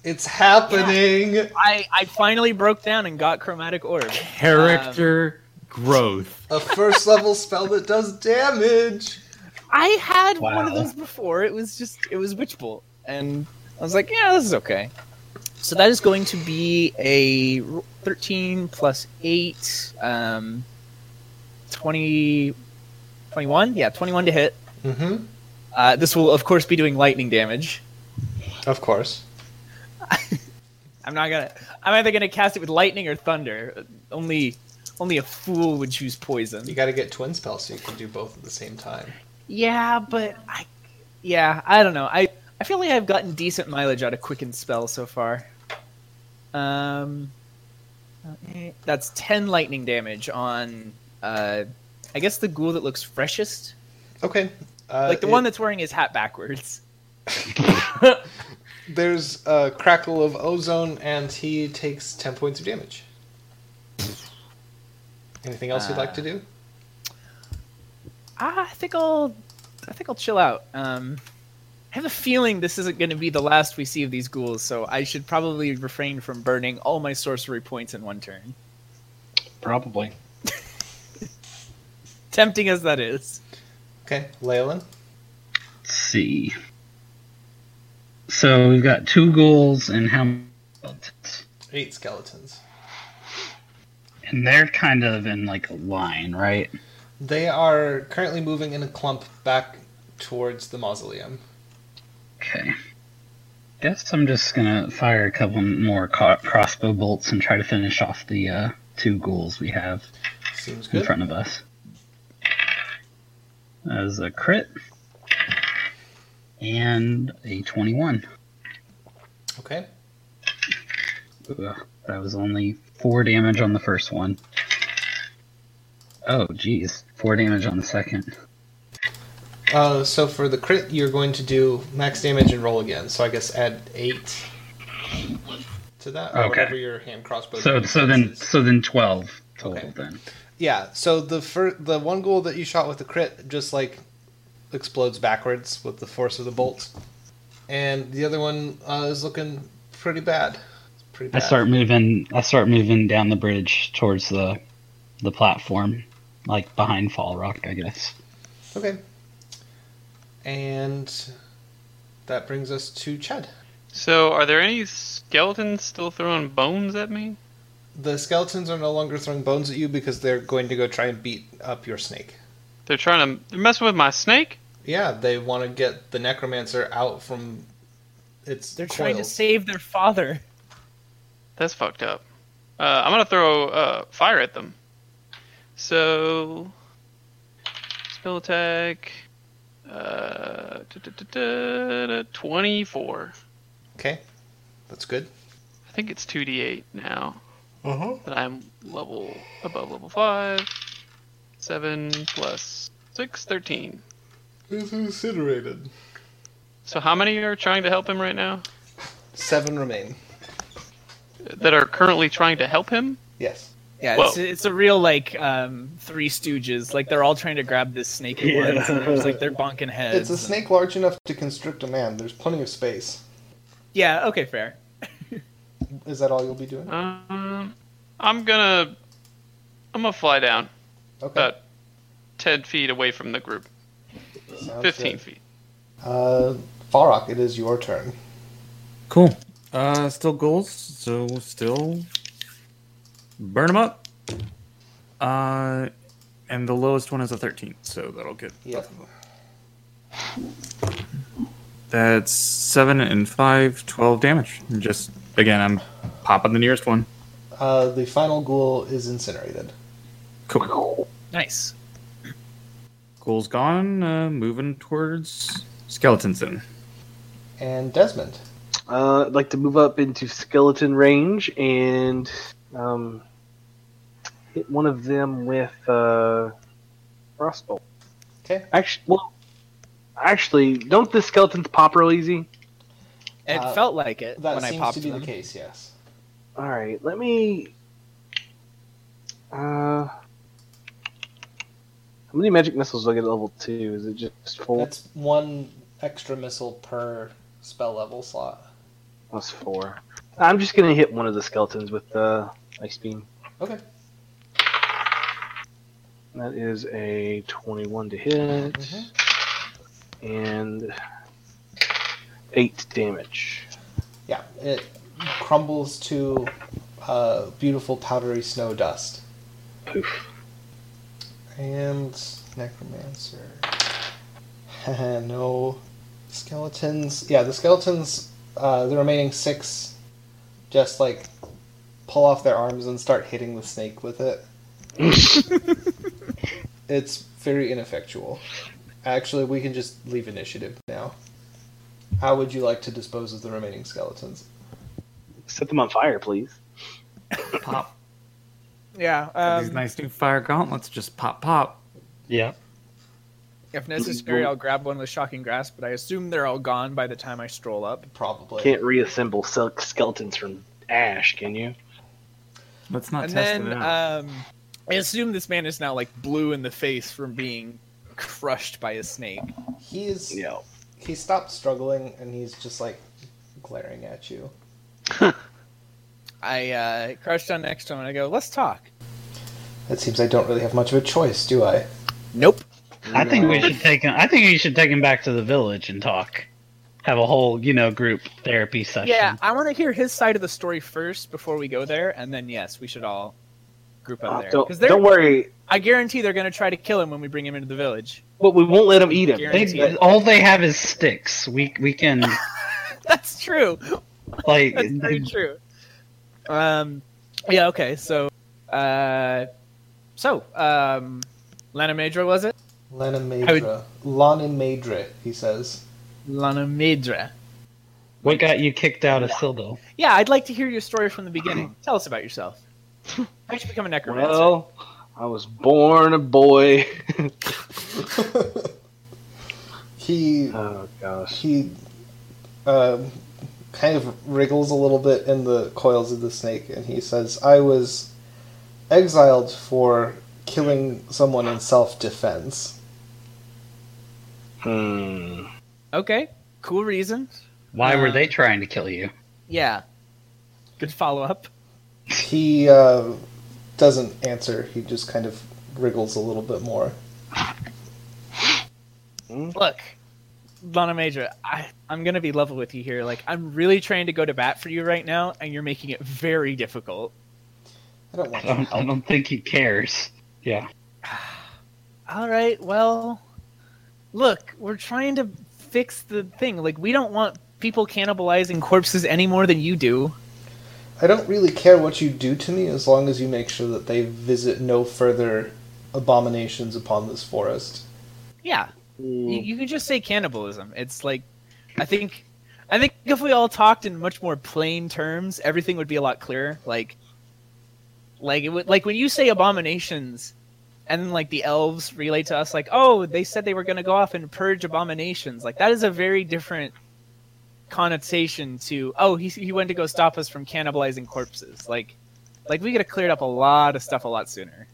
[SPEAKER 1] It's happening!
[SPEAKER 6] I I finally broke down and got chromatic orb.
[SPEAKER 4] Character growth.
[SPEAKER 1] A first level spell that does damage!
[SPEAKER 6] I had one of
[SPEAKER 7] Wow.
[SPEAKER 6] those before. It was just it was Witch Bolt, and I was like, yeah, this is okay. So that is going to be a r- thirteen plus eight, um, 20, 21? Yeah, twenty-one to hit.
[SPEAKER 1] hmm.
[SPEAKER 6] Uh, this will, of course, be doing lightning damage.
[SPEAKER 1] Of course.
[SPEAKER 6] I'm not gonna. I'm either gonna cast it with lightning or thunder. Only, only a fool would choose poison.
[SPEAKER 1] You gotta get twin spells so you can do both at the same time.
[SPEAKER 6] Yeah, but I, yeah, I don't know. I I feel like I've gotten decent mileage out of quicken spell so far. Um, eh, that's ten lightning damage on. Uh, I guess the ghoul that looks freshest,
[SPEAKER 1] Okay. Uh,
[SPEAKER 6] like the
[SPEAKER 1] it-
[SPEAKER 6] one that's wearing his hat backwards.
[SPEAKER 1] There's a crackle of ozone, and he takes 10 points of damage. Anything else you'd
[SPEAKER 6] Uh.
[SPEAKER 1] like to do?
[SPEAKER 6] Ah, I think I'll I think I'll chill out. Um, I have a feeling this isn't going to be the last we see of these ghouls, so I should probably refrain from burning all my sorcery points in one turn.
[SPEAKER 3] Probably.
[SPEAKER 6] Tempting as that is.
[SPEAKER 1] Okay, Leyland.
[SPEAKER 5] Let's see. So we've got two ghouls and how many skeletons?
[SPEAKER 1] Eight skeletons.
[SPEAKER 5] And they're kind of in like a line, right?
[SPEAKER 1] They are currently moving in a clump back towards the mausoleum.
[SPEAKER 5] Okay. Guess I'm just gonna fire a couple more co- crossbow bolts and try to finish off the uh, two ghouls we have
[SPEAKER 1] Seems
[SPEAKER 5] in
[SPEAKER 1] good.
[SPEAKER 5] front of us. That is a crit and a 21.
[SPEAKER 1] Okay.
[SPEAKER 5] Ugh, that was only four damage on the first one. Oh, geez, four damage on the second.
[SPEAKER 1] Uh, so for the crit, you're going to do max damage and roll again. So I guess add eight to that, or
[SPEAKER 5] Okay.
[SPEAKER 1] whatever your hand crossbow.
[SPEAKER 5] So,
[SPEAKER 1] damage
[SPEAKER 5] so then,
[SPEAKER 1] is.
[SPEAKER 5] so then twelve total.
[SPEAKER 1] Okay.
[SPEAKER 5] Then
[SPEAKER 1] Yeah, so the fir- the one goal that you shot with the crit just like explodes backwards with the force of the bolt, and the other one uh, is looking pretty bad. It's pretty
[SPEAKER 5] I
[SPEAKER 1] bad.
[SPEAKER 5] start moving. I start moving down the bridge towards the the platform, like behind Fall Rock, I guess.
[SPEAKER 1] Okay, and that brings us to Chad.
[SPEAKER 2] So, are there any skeletons still throwing bones at me?
[SPEAKER 1] The skeletons are no longer throwing bones at you because they're going to go try and beat up your snake.
[SPEAKER 2] They're trying to. They're messing with my snake.
[SPEAKER 1] Yeah, they want to get the necromancer out from its.
[SPEAKER 6] They're trying to
[SPEAKER 1] coils.
[SPEAKER 6] save their father.
[SPEAKER 2] That's fucked up. Uh, I'm gonna throw uh, fire at them. So, spell attack. Uh, da, da, da, da, da, 24.
[SPEAKER 1] Okay, that's good.
[SPEAKER 2] I think it's 2d8 now
[SPEAKER 1] Uh huh.
[SPEAKER 2] that I'm level above level five. Seven plus six, 13.
[SPEAKER 1] It's incinerated.
[SPEAKER 2] So how many are trying to help him right now?
[SPEAKER 1] Seven remain.
[SPEAKER 2] That are currently trying to help him?
[SPEAKER 1] Yes.
[SPEAKER 6] Yeah, it's, it's a real like um, Three Stooges. Like they're all trying to grab this snake at once. And there's like they're bonking heads.
[SPEAKER 1] It's a snake large enough to constrict a man. There's plenty of space.
[SPEAKER 6] Yeah. Okay. Fair.
[SPEAKER 1] Is that all you'll be doing?
[SPEAKER 2] Um, I'm gonna, I'm gonna fly down
[SPEAKER 1] Okay.
[SPEAKER 2] about ten feet away from the group.
[SPEAKER 1] sounds
[SPEAKER 2] Fifteen
[SPEAKER 1] good.
[SPEAKER 2] feet.
[SPEAKER 1] Uh, Farrock, it is your turn.
[SPEAKER 4] Cool. Uh, still goals, so still burn them up. Uh, and the lowest one is a 13, so that'll get.
[SPEAKER 1] Yep.
[SPEAKER 4] That's 7 and 5, 12 damage. And just, again, I'm popping the nearest one.
[SPEAKER 1] Uh, the final ghoul is incinerated.
[SPEAKER 4] Cool.
[SPEAKER 6] Nice.
[SPEAKER 4] Ghoul's gone, uh, moving towards skeletons then.
[SPEAKER 1] And Desmond.
[SPEAKER 3] Uh, I'd like to move up into skeleton range and um, hit one of them with uh, crossbow.
[SPEAKER 1] Okay.
[SPEAKER 3] Actually, well, actually, don't the skeletons pop real easy?
[SPEAKER 6] It
[SPEAKER 1] Uh,
[SPEAKER 6] felt like it
[SPEAKER 1] That
[SPEAKER 6] when I
[SPEAKER 1] seems
[SPEAKER 6] popped
[SPEAKER 1] to be
[SPEAKER 6] them.
[SPEAKER 1] the case. Yes.
[SPEAKER 3] All right, let me. Uh, how many magic missiles do I get at level two? Is it just four?
[SPEAKER 1] That's one extra missile per spell level slot.
[SPEAKER 3] Plus four. I'm just gonna hit one of the skeletons with the ice beam.
[SPEAKER 1] Okay.
[SPEAKER 3] That is a 21 to hit,
[SPEAKER 1] Mhm.
[SPEAKER 3] and eight damage.
[SPEAKER 1] Yeah, it crumbles to uh, beautiful powdery snow dust. And necromancer. <laughs> no skeletons. Yeah, the skeletons. Uh, the remaining six, just like pull off their arms and start hitting the snake with it. it's very ineffectual. Actually, we can just leave initiative now. How would you like to dispose of the remaining skeletons?
[SPEAKER 3] Set them on fire, please.
[SPEAKER 4] Pop.
[SPEAKER 6] Yeah.
[SPEAKER 4] These
[SPEAKER 6] Um,
[SPEAKER 4] nice new fire gauntlets just pop, pop.
[SPEAKER 5] Yeah.
[SPEAKER 6] If necessary, I'll grab one with shocking grasp, but I assume they're all gone by the time I stroll up.
[SPEAKER 1] Probably.
[SPEAKER 3] Can't reassemble sil- skeletons from ash, can you?
[SPEAKER 4] Let's not
[SPEAKER 6] and
[SPEAKER 4] test
[SPEAKER 6] then
[SPEAKER 4] it out.
[SPEAKER 6] um, I assume this man is now like blue in the face from being crushed by a snake.
[SPEAKER 1] He is.
[SPEAKER 7] Yeah.
[SPEAKER 1] He stopped struggling and he's just like glaring at you.
[SPEAKER 6] I uh, crouch down next to him and I go, "Let's talk."
[SPEAKER 1] It seems I don't really have much of a choice, do I?
[SPEAKER 6] Nope.
[SPEAKER 7] I think we should take him. I think you should take him back to the village and talk. Have a whole, you know, group therapy session.
[SPEAKER 6] Yeah, I want to hear his side of the story first before we go there, and then yes, we should all group up
[SPEAKER 3] Uh,
[SPEAKER 6] there.
[SPEAKER 3] don't,
[SPEAKER 6] 'Cause they're-
[SPEAKER 3] don't worry.
[SPEAKER 6] I guarantee they're going to try to kill him when we bring him into the village.
[SPEAKER 3] But we won't let him eat him.
[SPEAKER 6] Guaranteed.
[SPEAKER 7] They, all they have is sticks. We
[SPEAKER 3] <laughs>
[SPEAKER 7] we can
[SPEAKER 6] <laughs> That's true.
[SPEAKER 7] like
[SPEAKER 6] That's very true. Um, yeah. Okay. So, uh, so um, Lana Madra was it?
[SPEAKER 1] Lana
[SPEAKER 6] I would-
[SPEAKER 1] Madra. Lana Madra, he says.
[SPEAKER 6] Lana Madra.
[SPEAKER 7] what got you kicked out of Sildo.
[SPEAKER 6] Yeah, I'd like to hear your story from
[SPEAKER 3] <clears throat>
[SPEAKER 6] the beginning. Tell us about
[SPEAKER 3] <laughs>
[SPEAKER 6] yourself. How did you become a necromancer?
[SPEAKER 3] Well, I was born a boy.
[SPEAKER 1] he
[SPEAKER 3] Oh gosh.
[SPEAKER 1] he um, kind of wriggles a little bit in the coils of the snake and he says, I was exiled for killing someone in self defense.
[SPEAKER 3] Hmm.
[SPEAKER 6] okay. Cool reason.
[SPEAKER 7] Why were
[SPEAKER 6] Uh,
[SPEAKER 7] they trying to kill you?
[SPEAKER 6] Yeah. Good follow up.
[SPEAKER 1] He uh, doesn't answer, he just kind of wriggles a little bit more.
[SPEAKER 6] Look, Lana Major, I, I'm going to be level with you here. Like, I'm really trying to go to bat for you right now, and you're making it very difficult.
[SPEAKER 1] I don't
[SPEAKER 7] I
[SPEAKER 1] want your
[SPEAKER 7] don't, I
[SPEAKER 1] help.
[SPEAKER 7] don't think he cares. Yeah.
[SPEAKER 6] All right, well, look, we're trying to fix the thing. Like, we don't want people cannibalizing corpses any more than you do.
[SPEAKER 1] I don't really care what you do to me as long as you make sure that they visit no further abominations upon this forest.
[SPEAKER 6] Yeah, you, you can just say cannibalism. It's like, I think, I think if we all talked in much more plain terms, everything would be a lot clearer. Like, like it would, like when you say abominations, and then like the elves relate to us, like, oh, they said they were going to go off and purge abominations. Like that is a very different connotation to, oh, he he went to go stop us from cannibalizing corpses. Like, like we could have cleared up a lot of stuff a lot sooner.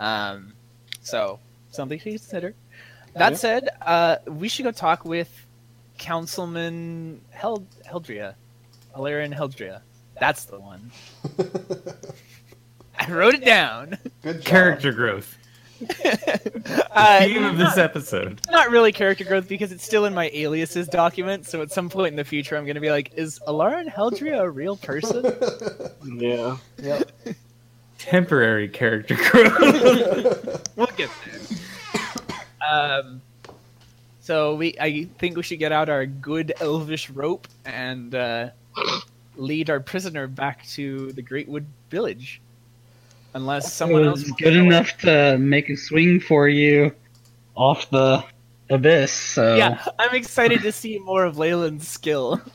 [SPEAKER 6] Um, so something to consider. That said, uh, we should go talk with Councilman Held- Heldria. Alarian Heldria. That's the one. I wrote it down. <laughs>
[SPEAKER 1] Good job.
[SPEAKER 4] Character growth.
[SPEAKER 6] Uh,
[SPEAKER 4] Theme of
[SPEAKER 6] <laughs>
[SPEAKER 4] this
[SPEAKER 6] not,
[SPEAKER 4] episode.
[SPEAKER 6] not really character growth because it's still in my aliases document, so at some point in the future I'm going to be like, is Alarian Heldria a real person?
[SPEAKER 3] Yeah.
[SPEAKER 1] Yep.
[SPEAKER 4] Temporary character <laughs> growth.
[SPEAKER 6] we'll get there. Um, so we, I think we should get out our good elvish rope and uh, lead our prisoner back to the Greatwood Village, unless someone
[SPEAKER 7] it
[SPEAKER 6] else
[SPEAKER 7] was good enough to make a swing for you off the abyss. So
[SPEAKER 6] <laughs> Yeah, I'm excited to see more of Leyland's skill.
[SPEAKER 1] <laughs>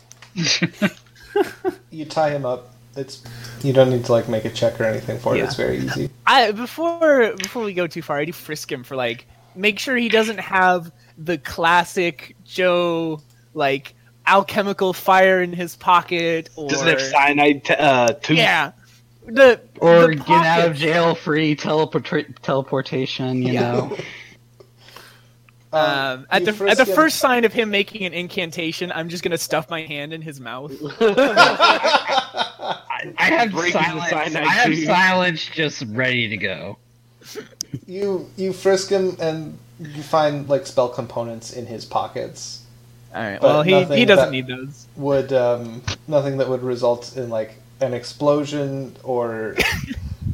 [SPEAKER 1] You tie him up. It's you don't need to like make a check or anything for it.
[SPEAKER 6] Yeah.
[SPEAKER 1] It's very easy.
[SPEAKER 6] I before before we go too far, I do frisk him for like make sure he doesn't have the classic Joe like alchemical fire in his pocket or
[SPEAKER 3] Doesn't have cyanide t- uh, tooth.
[SPEAKER 6] yeah the
[SPEAKER 7] or
[SPEAKER 6] the
[SPEAKER 7] get out of
[SPEAKER 6] pocket-
[SPEAKER 7] jail free teleportra- teleportation.
[SPEAKER 6] <laughs>
[SPEAKER 7] You know.
[SPEAKER 6] Um, at
[SPEAKER 1] you
[SPEAKER 6] the
[SPEAKER 1] frisk
[SPEAKER 6] at the
[SPEAKER 1] him.
[SPEAKER 6] first sign of him making an incantation, I'm just gonna stuff my hand in his
[SPEAKER 1] <laughs>
[SPEAKER 6] mouth.
[SPEAKER 7] I, I have
[SPEAKER 3] Breaking the
[SPEAKER 7] silence.
[SPEAKER 3] cyanide
[SPEAKER 7] I have
[SPEAKER 3] tube.
[SPEAKER 7] silence just ready to go.
[SPEAKER 1] you you frisk him and you find like spell components in his pockets.
[SPEAKER 6] All right.
[SPEAKER 1] But
[SPEAKER 6] Well, he, he
[SPEAKER 1] nothing
[SPEAKER 6] doesn't
[SPEAKER 1] that-
[SPEAKER 6] need those.
[SPEAKER 1] Would um, nothing that would result in like an explosion or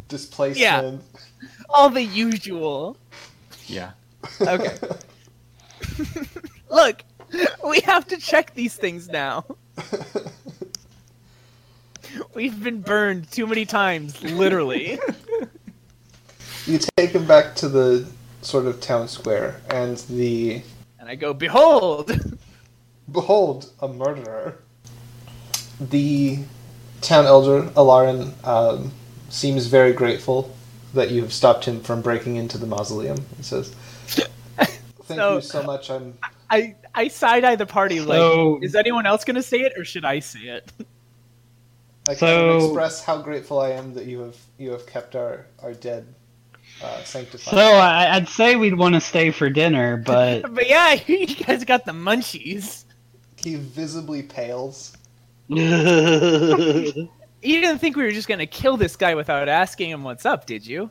[SPEAKER 1] displacement.
[SPEAKER 6] All the usual.
[SPEAKER 4] yeah.
[SPEAKER 6] Okay. <laughs> Look, we have to check these things
[SPEAKER 1] <laughs>
[SPEAKER 6] now. We've been burned too many times,
[SPEAKER 1] <laughs>
[SPEAKER 6] literally.
[SPEAKER 1] You take him back to the sort of town square and the
[SPEAKER 6] and I go, behold,
[SPEAKER 1] behold a murderer. The town elder Alarin um, seems very grateful that you have stopped him from breaking into the mausoleum. He says, "Thank
[SPEAKER 6] So-
[SPEAKER 1] you so much. I'm
[SPEAKER 6] I I side eye the party like,
[SPEAKER 7] So-
[SPEAKER 6] is anyone else gonna say it or should I say it?
[SPEAKER 1] I
[SPEAKER 7] So-
[SPEAKER 1] can express how grateful I am that you have you have kept our, our dead uh, sanctified.
[SPEAKER 5] So I, I'd say we'd want to stay for dinner, but
[SPEAKER 6] But yeah, <laughs> you guys got the munchies.
[SPEAKER 1] he visibly pales.
[SPEAKER 6] You didn't think we were just gonna kill this guy without asking him what's up, did you?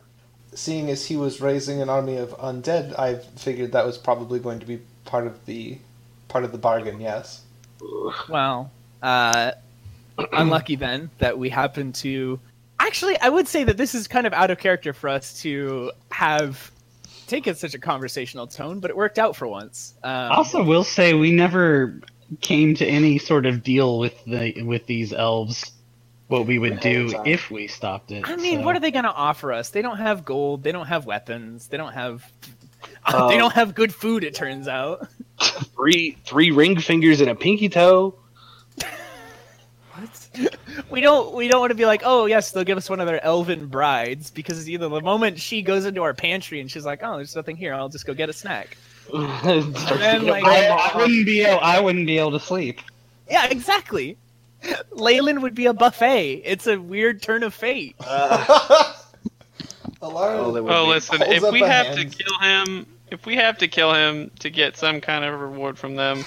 [SPEAKER 1] Seeing as he was raising an army of undead, I figured that was probably going to be part of the part of the bargain. Yes.
[SPEAKER 6] Well, uh, unlucky then that we happen to. Actually, I would say that this is kind of out of character for us to have taken such a conversational tone, but it worked out for once. Um,
[SPEAKER 5] also will say we never came to any sort of deal with the with these elves. What we would do if we stopped it.
[SPEAKER 6] I mean,
[SPEAKER 5] so.
[SPEAKER 6] what are they going to offer us? They don't have gold. They don't have weapons. They don't have. <laughs>
[SPEAKER 3] Um,
[SPEAKER 6] they don't have good food. It turns out.
[SPEAKER 3] Three three ring fingers and a pinky toe. <laughs>
[SPEAKER 6] We don't. We don't want to be like, oh yes, they'll give us one of their elven brides because either the moment she goes into our pantry and she's like, oh, there's nothing here. I'll just go get a snack. then, like-
[SPEAKER 5] I, I wouldn't be able, I wouldn't be able to sleep.
[SPEAKER 6] Yeah, exactly. Leyland would be a buffet. It's a weird turn of fate.
[SPEAKER 1] <laughs> Alara
[SPEAKER 3] Oh, they would
[SPEAKER 2] Oh,
[SPEAKER 3] be-
[SPEAKER 2] listen,
[SPEAKER 1] Holds
[SPEAKER 2] if
[SPEAKER 1] up
[SPEAKER 2] we
[SPEAKER 1] a
[SPEAKER 2] have to
[SPEAKER 1] hand.
[SPEAKER 2] kill him, if we have to kill him to get some kind of reward from them,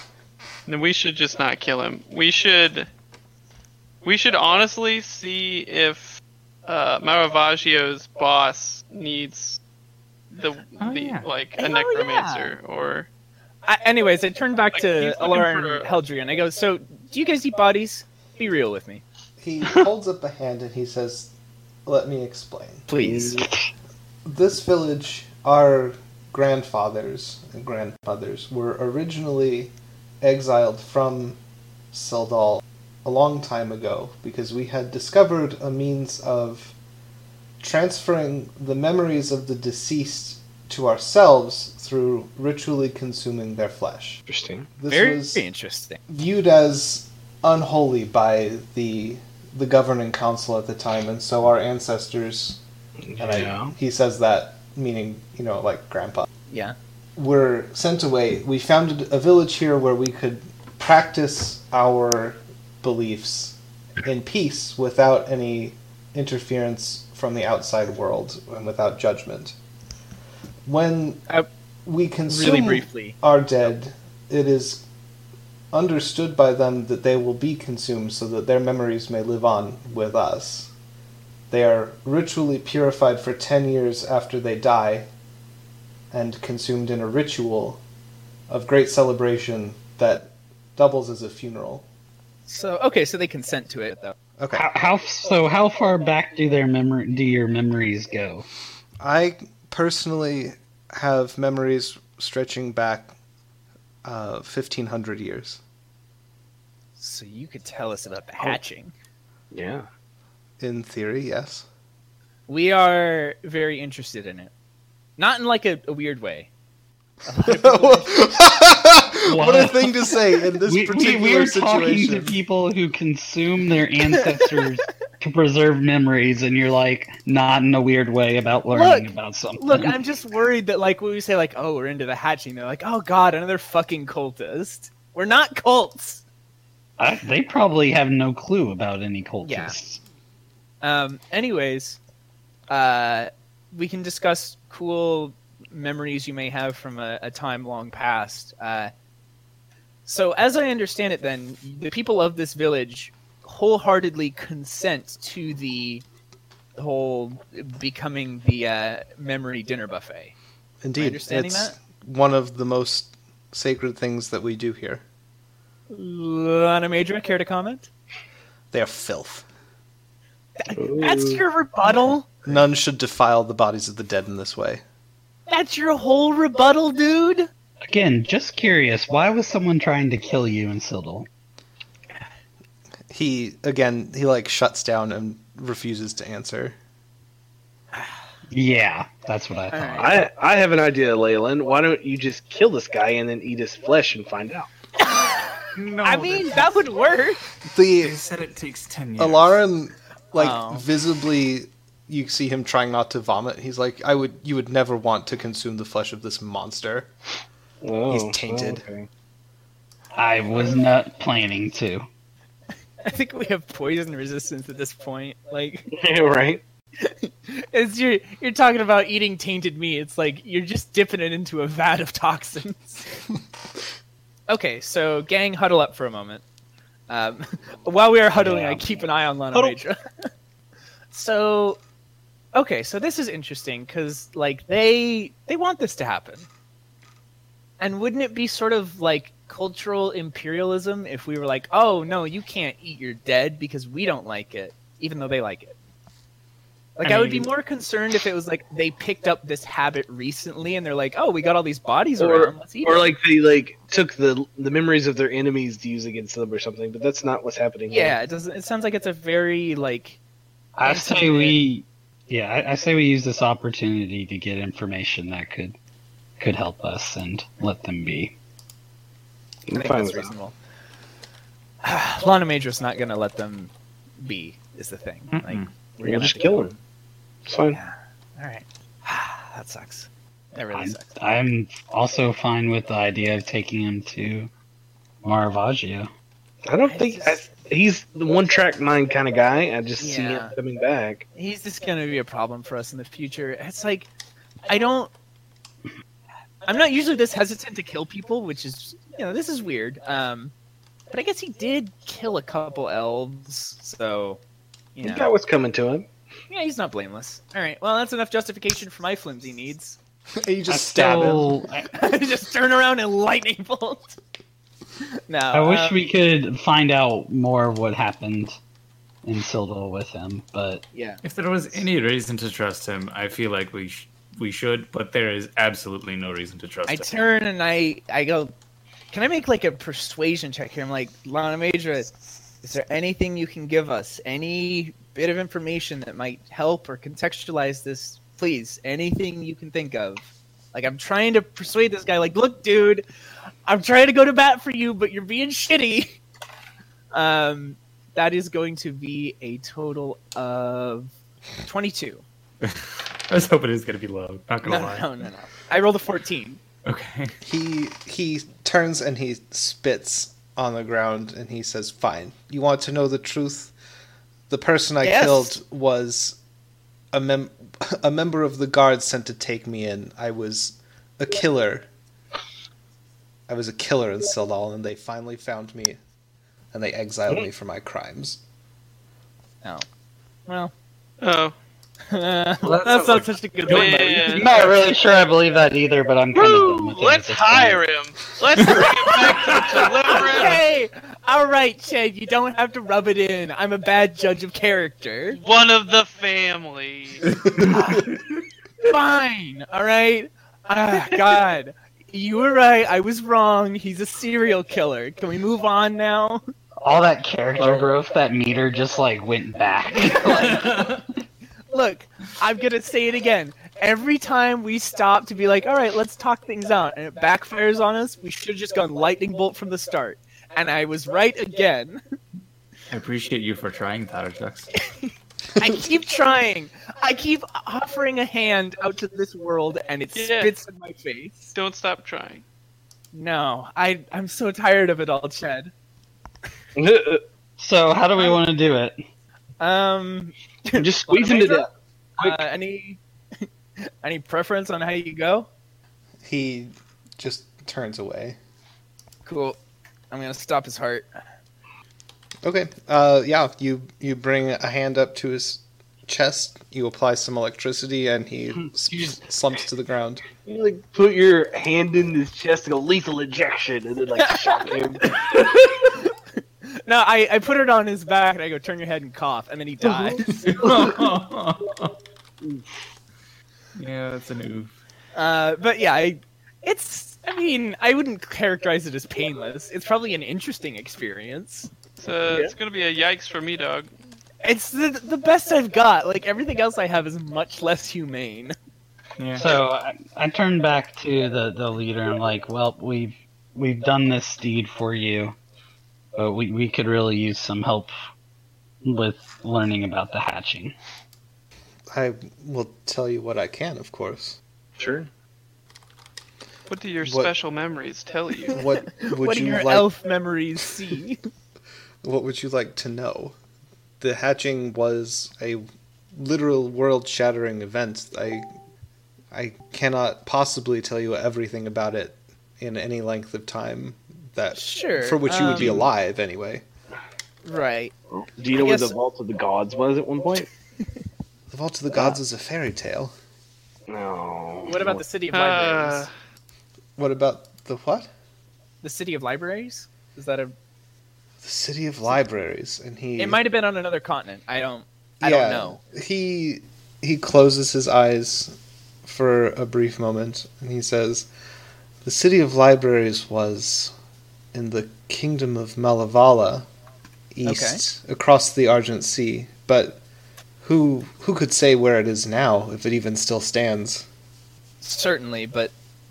[SPEAKER 2] then we should just not kill him. We should, we should honestly see if uh, Maravaggio's boss needs the,
[SPEAKER 4] Oh,
[SPEAKER 2] the
[SPEAKER 4] yeah.
[SPEAKER 2] like
[SPEAKER 6] Oh,
[SPEAKER 2] a necromancer or
[SPEAKER 6] I, anyways, I turned back
[SPEAKER 2] Like,
[SPEAKER 6] to
[SPEAKER 2] he's looking
[SPEAKER 6] Alara and
[SPEAKER 2] for-
[SPEAKER 6] Heldrian. I go, so do you guys eat bodies? Be real with me,
[SPEAKER 1] He holds up a hand and he says, "Let me explain."
[SPEAKER 6] please.
[SPEAKER 1] this village, our grandfathers and grandmothers were originally exiled from Sildal a long time ago because we had discovered a means of transferring the memories of the deceased to ourselves through ritually consuming their flesh.
[SPEAKER 3] Interesting.
[SPEAKER 1] This
[SPEAKER 6] Very
[SPEAKER 1] was
[SPEAKER 6] interesting.
[SPEAKER 1] viewed as unholy by the the governing council at the time, and so our ancestors. And I,
[SPEAKER 5] Yeah.
[SPEAKER 1] he says that meaning you know like grandpa
[SPEAKER 6] Yeah.
[SPEAKER 1] were sent away. We founded a village here where we could practice our beliefs in peace without any interference from the outside world and without judgment. When
[SPEAKER 6] Uh,
[SPEAKER 1] we
[SPEAKER 6] Really
[SPEAKER 1] consume
[SPEAKER 6] briefly.
[SPEAKER 1] are dead, it is understood by them that they will be consumed so that their memories may live on with us. They are ritually purified for 10 years after they die and consumed in a ritual of great celebration that doubles as a funeral.
[SPEAKER 6] So okay, so they consent to it though.
[SPEAKER 1] Okay.
[SPEAKER 5] How, how so? How far back do their memory do your memories go?
[SPEAKER 1] I personally have memories stretching back uh, 1500 years.
[SPEAKER 6] So you could tell us about the
[SPEAKER 1] Oh.
[SPEAKER 6] hatching.
[SPEAKER 3] Yeah.
[SPEAKER 1] In theory, yes.
[SPEAKER 6] We are very interested in it. Not in like a, a weird way.
[SPEAKER 1] what a thing to say in this particular
[SPEAKER 5] we, we are talking to
[SPEAKER 1] situation.
[SPEAKER 5] people who consume their
[SPEAKER 1] <laughs>
[SPEAKER 5] ancestors to preserve memories, and you're like not in a weird way about learning
[SPEAKER 6] Look,
[SPEAKER 5] about something.
[SPEAKER 6] Look, I'm just worried that like when we say like, oh, we're into the hatching, they're like, oh god, another fucking cultist. We're not cults.
[SPEAKER 5] I, they probably have no clue about any cultists.
[SPEAKER 6] Um, anyways, uh, we can discuss cool memories you may have from a, a time long past. Uh, so, as I understand it, then the people of this village wholeheartedly consent to the whole becoming the uh, memory dinner buffet.
[SPEAKER 1] Indeed,
[SPEAKER 6] understanding
[SPEAKER 1] it's
[SPEAKER 6] that?
[SPEAKER 1] one of the most sacred things that we do here.
[SPEAKER 6] Lana Madra, care to comment?
[SPEAKER 1] They are filth.
[SPEAKER 6] That's your rebuttal.
[SPEAKER 1] None should defile the bodies of the dead in this way.
[SPEAKER 6] That's your whole rebuttal, dude.
[SPEAKER 5] Again, just curious, why was someone trying to kill you in Sildal?
[SPEAKER 1] He again, he like shuts down and refuses to answer.
[SPEAKER 5] Yeah, that's what I thought.
[SPEAKER 3] I I have an idea, Leyland. Why don't you just kill this guy and then eat his flesh and find out?
[SPEAKER 4] No,
[SPEAKER 6] I mean, that would work.
[SPEAKER 4] they
[SPEAKER 1] The
[SPEAKER 4] said it takes ten years.
[SPEAKER 1] Alarum, like
[SPEAKER 6] Oh.
[SPEAKER 1] visibly, you see him trying not to vomit. He's like, I would, you would never want to consume the flesh of this monster.
[SPEAKER 3] Oh,
[SPEAKER 1] tainted.
[SPEAKER 3] oh, okay.
[SPEAKER 5] I was not planning to.
[SPEAKER 6] I think we have poison resistance at this point. Like,
[SPEAKER 3] <laughs> Yeah, right.
[SPEAKER 6] It's you're you're talking about eating tainted meat. It's like you're just dipping it into a vat of toxins. okay, so gang, huddle up for a moment. Um, <laughs> while we are huddling, I keep an eye on Lana
[SPEAKER 2] Huddle.
[SPEAKER 6] Major. <laughs> so, okay, so this is interesting because like they they want this to happen, and wouldn't it be sort of like cultural imperialism if we were like, oh no, you can't eat your dead because we don't like it, even though they like it. Like
[SPEAKER 4] I
[SPEAKER 6] I, would be
[SPEAKER 4] mean-
[SPEAKER 6] more concerned if it was like they picked up this habit recently and they're like, oh, we got all these bodies
[SPEAKER 3] Or,
[SPEAKER 6] around, let's eat
[SPEAKER 3] or
[SPEAKER 6] it."
[SPEAKER 3] like they like took the the memories of their enemies to use against them or something, but that's not what's happening. here.
[SPEAKER 6] yeah, it doesn't. It sounds like it's a very like
[SPEAKER 5] I say we, yeah, I, I say we use this opportunity to get information that could could help us and let them be.
[SPEAKER 6] I
[SPEAKER 3] I'm
[SPEAKER 6] think
[SPEAKER 3] fine
[SPEAKER 6] that's
[SPEAKER 3] with that.
[SPEAKER 6] reasonable. <sighs> Lana Major's not gonna let them be. Is the thing like
[SPEAKER 4] Mm-mm.
[SPEAKER 3] We'll
[SPEAKER 6] we're gonna
[SPEAKER 3] just
[SPEAKER 6] have to go.
[SPEAKER 3] kill him. It's fine.
[SPEAKER 6] All right, <sighs> that sucks. That really
[SPEAKER 5] I'm,
[SPEAKER 6] sucks.
[SPEAKER 5] I'm also fine with the idea of taking him to Maravaggio.
[SPEAKER 3] I don't
[SPEAKER 6] I
[SPEAKER 3] think
[SPEAKER 6] just-
[SPEAKER 3] I, he's the one track mind kind of guy. I just see
[SPEAKER 6] Yeah.
[SPEAKER 3] him coming back.
[SPEAKER 6] He's just gonna be a problem for us in the future. It's like I don't. I'm not usually this hesitant to kill people, which is you know this is weird. Um, but I guess he did kill a couple elves, so you
[SPEAKER 3] He
[SPEAKER 6] know.
[SPEAKER 3] got what's coming to him.
[SPEAKER 6] Yeah, he's not blameless. All right. Well, that's enough justification for my flimsy needs.
[SPEAKER 1] <laughs> you just stab
[SPEAKER 6] <laughs>
[SPEAKER 1] him.
[SPEAKER 5] Still, I,
[SPEAKER 6] Just turn around and lightning bolt. <laughs> no.
[SPEAKER 5] I wish
[SPEAKER 6] um,
[SPEAKER 5] we could find out more of what happened in Sildal with him, but
[SPEAKER 4] If there was any reason to trust him, I feel like we sh- we should, but there is absolutely no reason to trust
[SPEAKER 6] I
[SPEAKER 4] him.
[SPEAKER 6] turn and I I go. Can I make like a persuasion check here? I'm like Lana Major. Is there anything you can give us? Any bit of information that might help or contextualize this? Please, anything you can think of. Like I'm trying to persuade this guy. Like, look, dude, I'm trying to go to bat for you, but you're being shitty. <laughs> Um, that is going to be a total of twenty-two.
[SPEAKER 4] I was hoping it was going to be low. Not going
[SPEAKER 6] No,
[SPEAKER 4] to
[SPEAKER 6] no,
[SPEAKER 4] lie.
[SPEAKER 6] no, no, no. I rolled a fourteen. <laughs>
[SPEAKER 4] Okay.
[SPEAKER 1] He he turns and he spits on the ground and he says, "Fine. You want to know the truth? The person I
[SPEAKER 6] Yes.
[SPEAKER 1] killed was a mem- a member of the guard sent to take me in. I was a killer. I was a killer in Sildal, and they finally found me, and they exiled me for my crimes."
[SPEAKER 6] Well,
[SPEAKER 2] Oh,
[SPEAKER 4] that
[SPEAKER 6] that's
[SPEAKER 4] sounds
[SPEAKER 6] not
[SPEAKER 4] like-
[SPEAKER 6] such a good one.
[SPEAKER 5] I'm
[SPEAKER 2] man.
[SPEAKER 5] not really sure I believe that either, but I'm kind of
[SPEAKER 2] Woo!
[SPEAKER 5] done with it. at
[SPEAKER 2] Let's
[SPEAKER 5] this
[SPEAKER 2] hire him. Let's bring him back to deliverance.
[SPEAKER 6] Okay, all right, Chad. You don't have to rub it in. I'm a bad judge of character.
[SPEAKER 2] One of the family.
[SPEAKER 6] Fine. All right. Ah, God, you were right. I was wrong. He's a serial killer. Can we move on now?
[SPEAKER 5] point. All that character growth, that meter just like went back. <laughs>
[SPEAKER 6] Look, I'm gonna say it again. Every time we stop to be like, all right, let's talk things out, and it backfires on us, we should have just gone lightning bolt from the start. And I was right again.
[SPEAKER 4] I appreciate you for trying,
[SPEAKER 6] <laughs>
[SPEAKER 4] Tarajax.
[SPEAKER 6] I keep trying. I keep offering a hand out to this world, and it
[SPEAKER 2] Yeah.
[SPEAKER 6] spits in my face.
[SPEAKER 2] Don't stop trying.
[SPEAKER 6] No, I I'm so tired of it all, Chad.
[SPEAKER 5] So how do we want to do it?
[SPEAKER 6] Um,
[SPEAKER 3] just squeeze him to death.
[SPEAKER 6] uh, any <laughs> any preference on how you go?
[SPEAKER 1] He just turns away.
[SPEAKER 6] Cool. I'm gonna stop his heart.
[SPEAKER 1] Okay. Uh, yeah, you you bring a hand up to his chest. You apply some electricity, and
[SPEAKER 6] Hmm,
[SPEAKER 1] he s- slumps to the ground.
[SPEAKER 3] You like <laughs> put your hand in his chest and go lethal injection, and then like shock him.
[SPEAKER 6] No, I I put it on his back, and I go turn your head and cough, and then he dies.
[SPEAKER 4] <laughs> yeah, that's an oof.
[SPEAKER 6] uh, but yeah, I, it's. I mean, I wouldn't characterize it as painless. It's probably an interesting experience.
[SPEAKER 2] It's, uh, it's gonna be a yikes for me, dog.
[SPEAKER 6] It's the, the best I've got. Like everything else I have is much less humane.
[SPEAKER 4] Yeah.
[SPEAKER 5] So I, I turn back to the, the leader and I'm like, well, we've we've done this deed for you, but we, we could really use some help with learning about the hatching.
[SPEAKER 1] I will tell you what I can, of <laughs> course.
[SPEAKER 3] <laughs> Sure.
[SPEAKER 2] What do your
[SPEAKER 1] What-
[SPEAKER 2] special memories tell you?
[SPEAKER 1] What would
[SPEAKER 6] what do
[SPEAKER 1] you
[SPEAKER 6] your
[SPEAKER 1] like?
[SPEAKER 6] elf memories see?
[SPEAKER 1] What would you like to know? The hatching was a literal world shattering events. I I cannot possibly tell you everything about it in any length of time that
[SPEAKER 6] Sure,
[SPEAKER 1] for which you would be
[SPEAKER 6] um,
[SPEAKER 1] alive anyway.
[SPEAKER 6] <laughs> Right.
[SPEAKER 3] Do you know
[SPEAKER 6] I
[SPEAKER 3] where
[SPEAKER 6] guess-
[SPEAKER 3] the Vault of the Gods was at one point?
[SPEAKER 1] The Vault of the
[SPEAKER 6] uh,
[SPEAKER 1] Gods is a fairy tale.
[SPEAKER 3] No.
[SPEAKER 6] What about the city of
[SPEAKER 2] Uh,
[SPEAKER 6] libraries?
[SPEAKER 1] What about the what?
[SPEAKER 6] The city of libraries? Is that a?
[SPEAKER 1] The City of Libraries, and he
[SPEAKER 6] It might have been on another continent. I don't. I don't know.
[SPEAKER 1] He he closes his eyes for a brief moment and he says, "The city of libraries was in the kingdom of Malavala, east across the Argent Sea, but who who could say where it is now if it even still stands?"
[SPEAKER 6] Certainly, but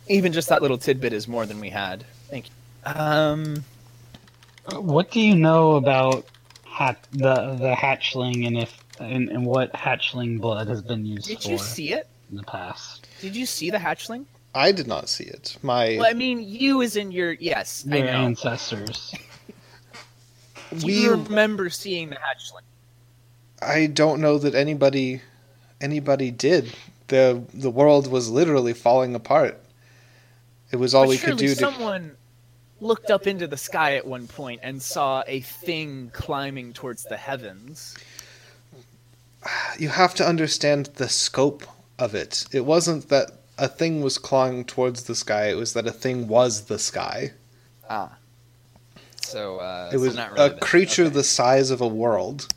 [SPEAKER 6] even just that little tidbit is more than we had. Thank you. Um,
[SPEAKER 5] What do you know about hat, the the hatchling and if and, and what hatchling blood has been used
[SPEAKER 6] did
[SPEAKER 5] for
[SPEAKER 6] you see it?
[SPEAKER 5] in the past?
[SPEAKER 6] Did you see the hatchling?
[SPEAKER 1] I did not see it. My
[SPEAKER 6] Well, I mean, you is in your yes. I
[SPEAKER 5] Your
[SPEAKER 6] know.
[SPEAKER 5] ancestors.
[SPEAKER 6] Do
[SPEAKER 1] we
[SPEAKER 6] you remember seeing the hatchling?
[SPEAKER 1] I don't know that anybody anybody did. the The world was literally falling apart. It was all
[SPEAKER 6] but
[SPEAKER 1] we
[SPEAKER 6] surely
[SPEAKER 1] could do to
[SPEAKER 6] someone looked up into the sky at one point and saw a thing climbing towards the heavens.
[SPEAKER 1] you have to understand the scope of it. It wasn't that a thing was clawing towards the sky, it was that a thing was the sky.
[SPEAKER 6] Ah. So uh,
[SPEAKER 1] It
[SPEAKER 6] so
[SPEAKER 1] was
[SPEAKER 6] not really
[SPEAKER 1] a
[SPEAKER 6] then.
[SPEAKER 1] creature
[SPEAKER 6] Okay.
[SPEAKER 1] the size of a world.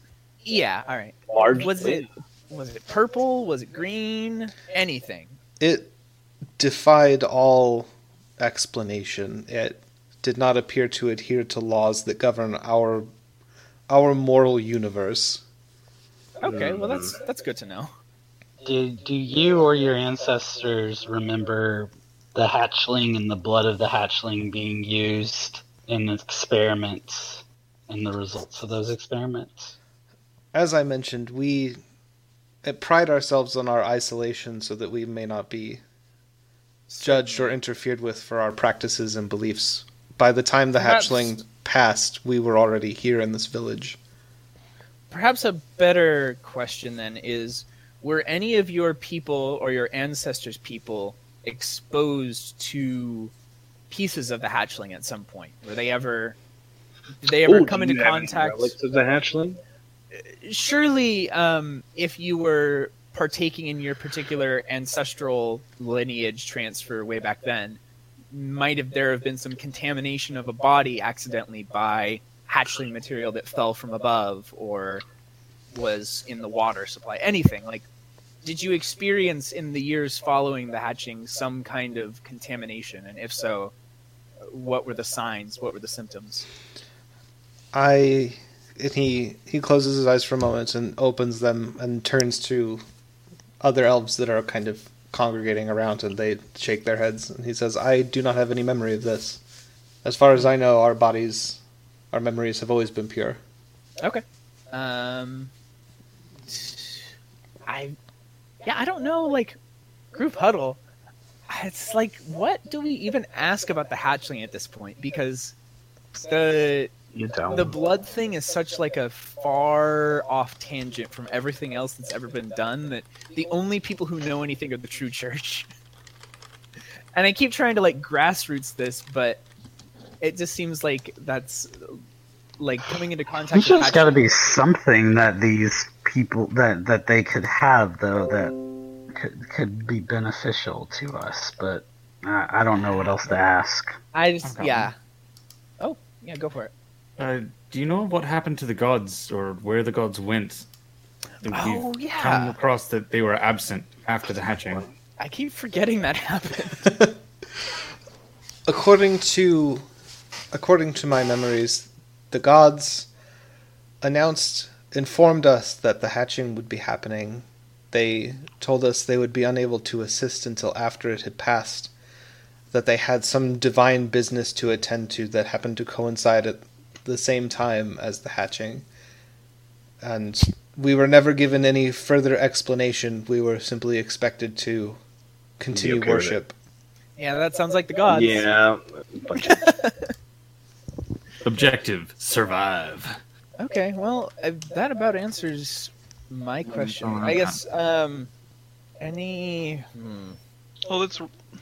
[SPEAKER 6] Yeah. All right.
[SPEAKER 3] Large
[SPEAKER 6] Was it was it purple? Was it green? Anything?
[SPEAKER 1] It defied all explanation. It did not appear to adhere to laws that govern our our moral universe.
[SPEAKER 6] Okay. Well, that's
[SPEAKER 3] Mm-hmm.
[SPEAKER 6] that's good to know.
[SPEAKER 5] Do, do you or your ancestors remember the hatchling and the blood of the hatchling being used in experiments and the results of those experiments?
[SPEAKER 1] as I mentioned, we uh, pride ourselves on our isolation so that we may not be judged or interfered with for our practices and beliefs. By the time the
[SPEAKER 6] Perhaps-
[SPEAKER 1] hatchling passed, we were already here in this village.
[SPEAKER 6] Perhaps a better question then is: Were any of your people or your ancestors' people exposed to pieces of the hatchling at some point? Were they ever? Did they ever
[SPEAKER 3] Ooh,
[SPEAKER 6] come
[SPEAKER 3] Oh, do
[SPEAKER 6] into
[SPEAKER 3] you have any
[SPEAKER 6] contact?
[SPEAKER 3] Relics of the hatchling?
[SPEAKER 6] surely um, if you were partaking in your particular ancestral lineage transfer way back then might have there have been some contamination of a body accidentally by hatchling material that fell from above or was in the water supply anything like did you experience in the years following the hatching some kind of contamination and if so what were the signs what were the symptoms
[SPEAKER 1] I and he he closes his eyes for a moment and opens them and turns to other elves that are kind of congregating around and they shake their heads and he says, "I do not have any memory of this. As far as I know, our bodies, our memories have always been pure."
[SPEAKER 6] Okay. Um, I, yeah, I don't know. Like, group huddle. It's like, what do we even ask about the hatchling at this point? Because the
[SPEAKER 3] You tell
[SPEAKER 6] the
[SPEAKER 3] me.
[SPEAKER 6] blood thing is such like a far off tangent from everything else that's ever been done that the only people who know anything are the true church. <laughs> and I keep trying to like grassroots this, but it just seems like that's like coming into contact.
[SPEAKER 7] There's
[SPEAKER 6] with
[SPEAKER 7] just got to
[SPEAKER 6] hatchling-
[SPEAKER 7] be something that these people that that they could have though that could, could be beneficial to us, but I, I don't know what else to ask.
[SPEAKER 6] I just
[SPEAKER 4] Okay.
[SPEAKER 6] yeah. Oh yeah, go for it.
[SPEAKER 4] Uh, do you know what happened to the gods or where the gods went? That
[SPEAKER 6] Oh,
[SPEAKER 4] we've
[SPEAKER 6] yeah.
[SPEAKER 4] Come across that they were absent after the hatching.
[SPEAKER 6] I keep forgetting that happened.
[SPEAKER 1] <laughs> according to according to my memories, the gods announced informed us that the hatching would be happening. They told us they would be unable to assist until after it had passed, that they had some divine business to attend to that happened to coincide at the same time as the hatching. And we were never given any further explanation. We were simply expected to continue
[SPEAKER 3] okay with it.
[SPEAKER 1] worship.
[SPEAKER 6] <laughs> yeah, that sounds like the gods.
[SPEAKER 3] Yeah. Bunch of
[SPEAKER 4] Objective: survive.
[SPEAKER 6] Okay, well, uh, that about answers my question.
[SPEAKER 4] someone
[SPEAKER 6] I
[SPEAKER 4] else.
[SPEAKER 6] guess um, any. Hmm.
[SPEAKER 2] All that's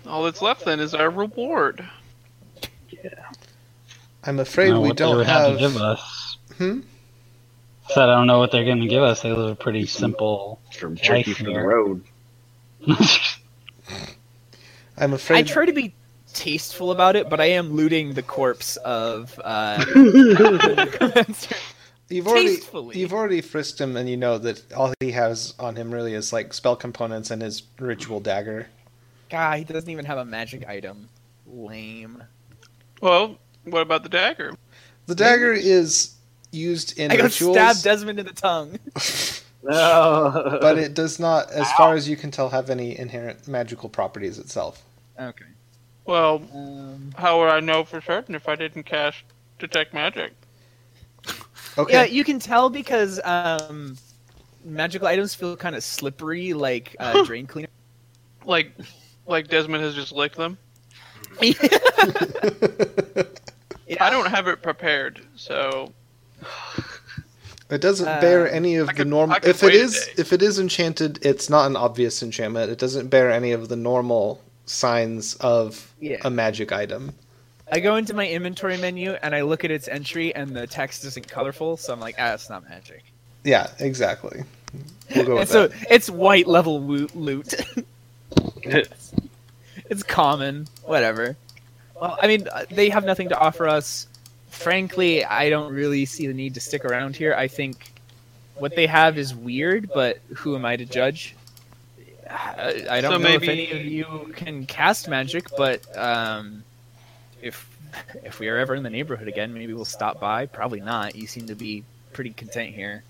[SPEAKER 2] all that's left then is our reward.
[SPEAKER 1] I'm afraid
[SPEAKER 5] know
[SPEAKER 1] we
[SPEAKER 5] what they
[SPEAKER 1] don't
[SPEAKER 5] would
[SPEAKER 1] have.
[SPEAKER 5] to give us.
[SPEAKER 1] Hmm?
[SPEAKER 5] Said I don't know what they're going to give us. They live a pretty simple.
[SPEAKER 9] From jerky
[SPEAKER 5] Nice
[SPEAKER 9] from the
[SPEAKER 5] here.
[SPEAKER 9] road.
[SPEAKER 5] <laughs>
[SPEAKER 1] I'm
[SPEAKER 6] I
[SPEAKER 1] afraid.
[SPEAKER 6] try to be tasteful about it, but I am looting the corpse of. <laughs> Uh,
[SPEAKER 1] You've already
[SPEAKER 6] Tastefully.
[SPEAKER 1] you've already frisked him, and you know that all he has on him really is like spell components and his ritual dagger.
[SPEAKER 6] God, he doesn't even have a magic item. Lame.
[SPEAKER 2] Well, what about the dagger?
[SPEAKER 1] The dagger is used in
[SPEAKER 6] I got
[SPEAKER 1] rituals,
[SPEAKER 6] stabbed Desmond in the tongue.
[SPEAKER 3] No.
[SPEAKER 6] <laughs>
[SPEAKER 1] but it does not, as far as you can tell, have any inherent magical properties itself.
[SPEAKER 6] Okay.
[SPEAKER 2] Well,
[SPEAKER 6] Um,
[SPEAKER 2] how would I know for certain if I didn't cast detect magic?
[SPEAKER 1] Okay.
[SPEAKER 6] Yeah, you can tell because um, magical items feel kind of slippery, like uh, drain cleaner.
[SPEAKER 2] Like, like Desmond has just licked them. I don't have it prepared, so
[SPEAKER 1] <laughs> It doesn't
[SPEAKER 6] Uh,
[SPEAKER 1] bear any of
[SPEAKER 2] I
[SPEAKER 1] the
[SPEAKER 2] could-
[SPEAKER 1] normal.
[SPEAKER 2] I could
[SPEAKER 1] If it
[SPEAKER 2] wait a
[SPEAKER 1] is,
[SPEAKER 2] day.
[SPEAKER 1] if it is enchanted, it's not an obvious enchantment. It doesn't bear any of the normal signs of
[SPEAKER 6] Yeah.
[SPEAKER 1] a magic item.
[SPEAKER 6] <laughs> I go into my inventory menu and I look at its entry, and the text isn't colorful, so I'm like, ah, it's not magic.
[SPEAKER 1] Yeah, exactly. We'll go
[SPEAKER 6] And
[SPEAKER 1] with
[SPEAKER 6] so
[SPEAKER 1] that.
[SPEAKER 6] it's white level wo-
[SPEAKER 1] <laughs>
[SPEAKER 6] loot. it's common, whatever. Well, I mean, uh, they have nothing to offer us. Frankly, I don't really see the need to stick around here. I think what they have is weird, but who am I to judge? I, I don't
[SPEAKER 2] So
[SPEAKER 6] know if
[SPEAKER 2] maybe-
[SPEAKER 6] any of you can cast magic, but um, if if we are ever in the neighborhood again, maybe we'll stop by. Probably not. You seem to be pretty content here.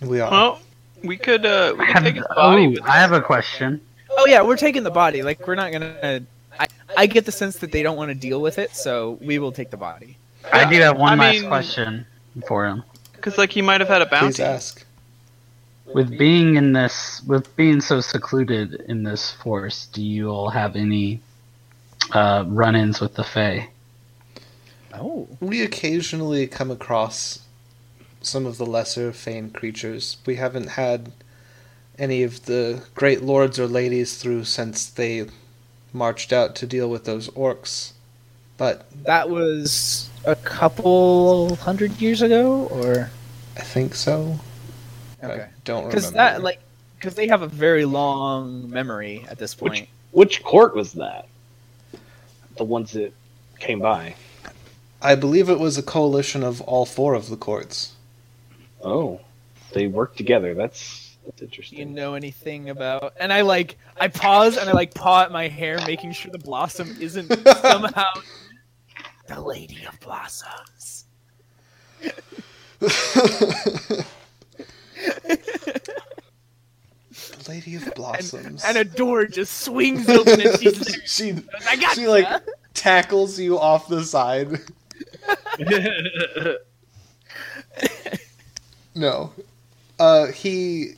[SPEAKER 1] We are.
[SPEAKER 2] well, we could uh, we
[SPEAKER 7] I
[SPEAKER 2] could
[SPEAKER 7] have,
[SPEAKER 2] take his body.
[SPEAKER 7] oh,
[SPEAKER 2] with
[SPEAKER 7] I have a question.
[SPEAKER 6] Oh yeah, we're taking the body. Like we're not gonna. I, I get the sense that they don't want to deal with it, so we will take the body.
[SPEAKER 7] I do have one
[SPEAKER 2] I
[SPEAKER 7] last
[SPEAKER 2] mean-
[SPEAKER 7] question for him.
[SPEAKER 2] Because like he might have had a
[SPEAKER 1] Please
[SPEAKER 2] bounty.
[SPEAKER 1] ask.
[SPEAKER 7] With being in this, with being so secluded in this forest, do you all have any uh, run-ins with the Fae?
[SPEAKER 6] Oh.
[SPEAKER 1] We occasionally come across some of the lesser fane creatures. We haven't had any of the great lords or ladies through since they marched out to deal with those orcs. But
[SPEAKER 6] That was a couple hundred years ago, or
[SPEAKER 1] I think so.
[SPEAKER 6] okay,
[SPEAKER 1] I don't remember.
[SPEAKER 6] because that like because they have a very long memory at this
[SPEAKER 9] Which-
[SPEAKER 6] point.
[SPEAKER 9] Which court was that? The ones that came by.
[SPEAKER 1] I believe it was a coalition of all four of the courts.
[SPEAKER 9] Oh, they worked together. That's that's
[SPEAKER 6] Do you
[SPEAKER 9] interesting.
[SPEAKER 6] know anything about? And I like I pause and I like paw at my hair, making sure the blossom
[SPEAKER 1] <laughs>
[SPEAKER 6] isn't somehow the lady of blossoms.
[SPEAKER 1] Lady of Blossoms.
[SPEAKER 6] <laughs> And a door just swings
[SPEAKER 1] <laughs>
[SPEAKER 6] open and she's there.
[SPEAKER 1] she,
[SPEAKER 6] I got
[SPEAKER 1] she like tackles you off the side. no. Uh, he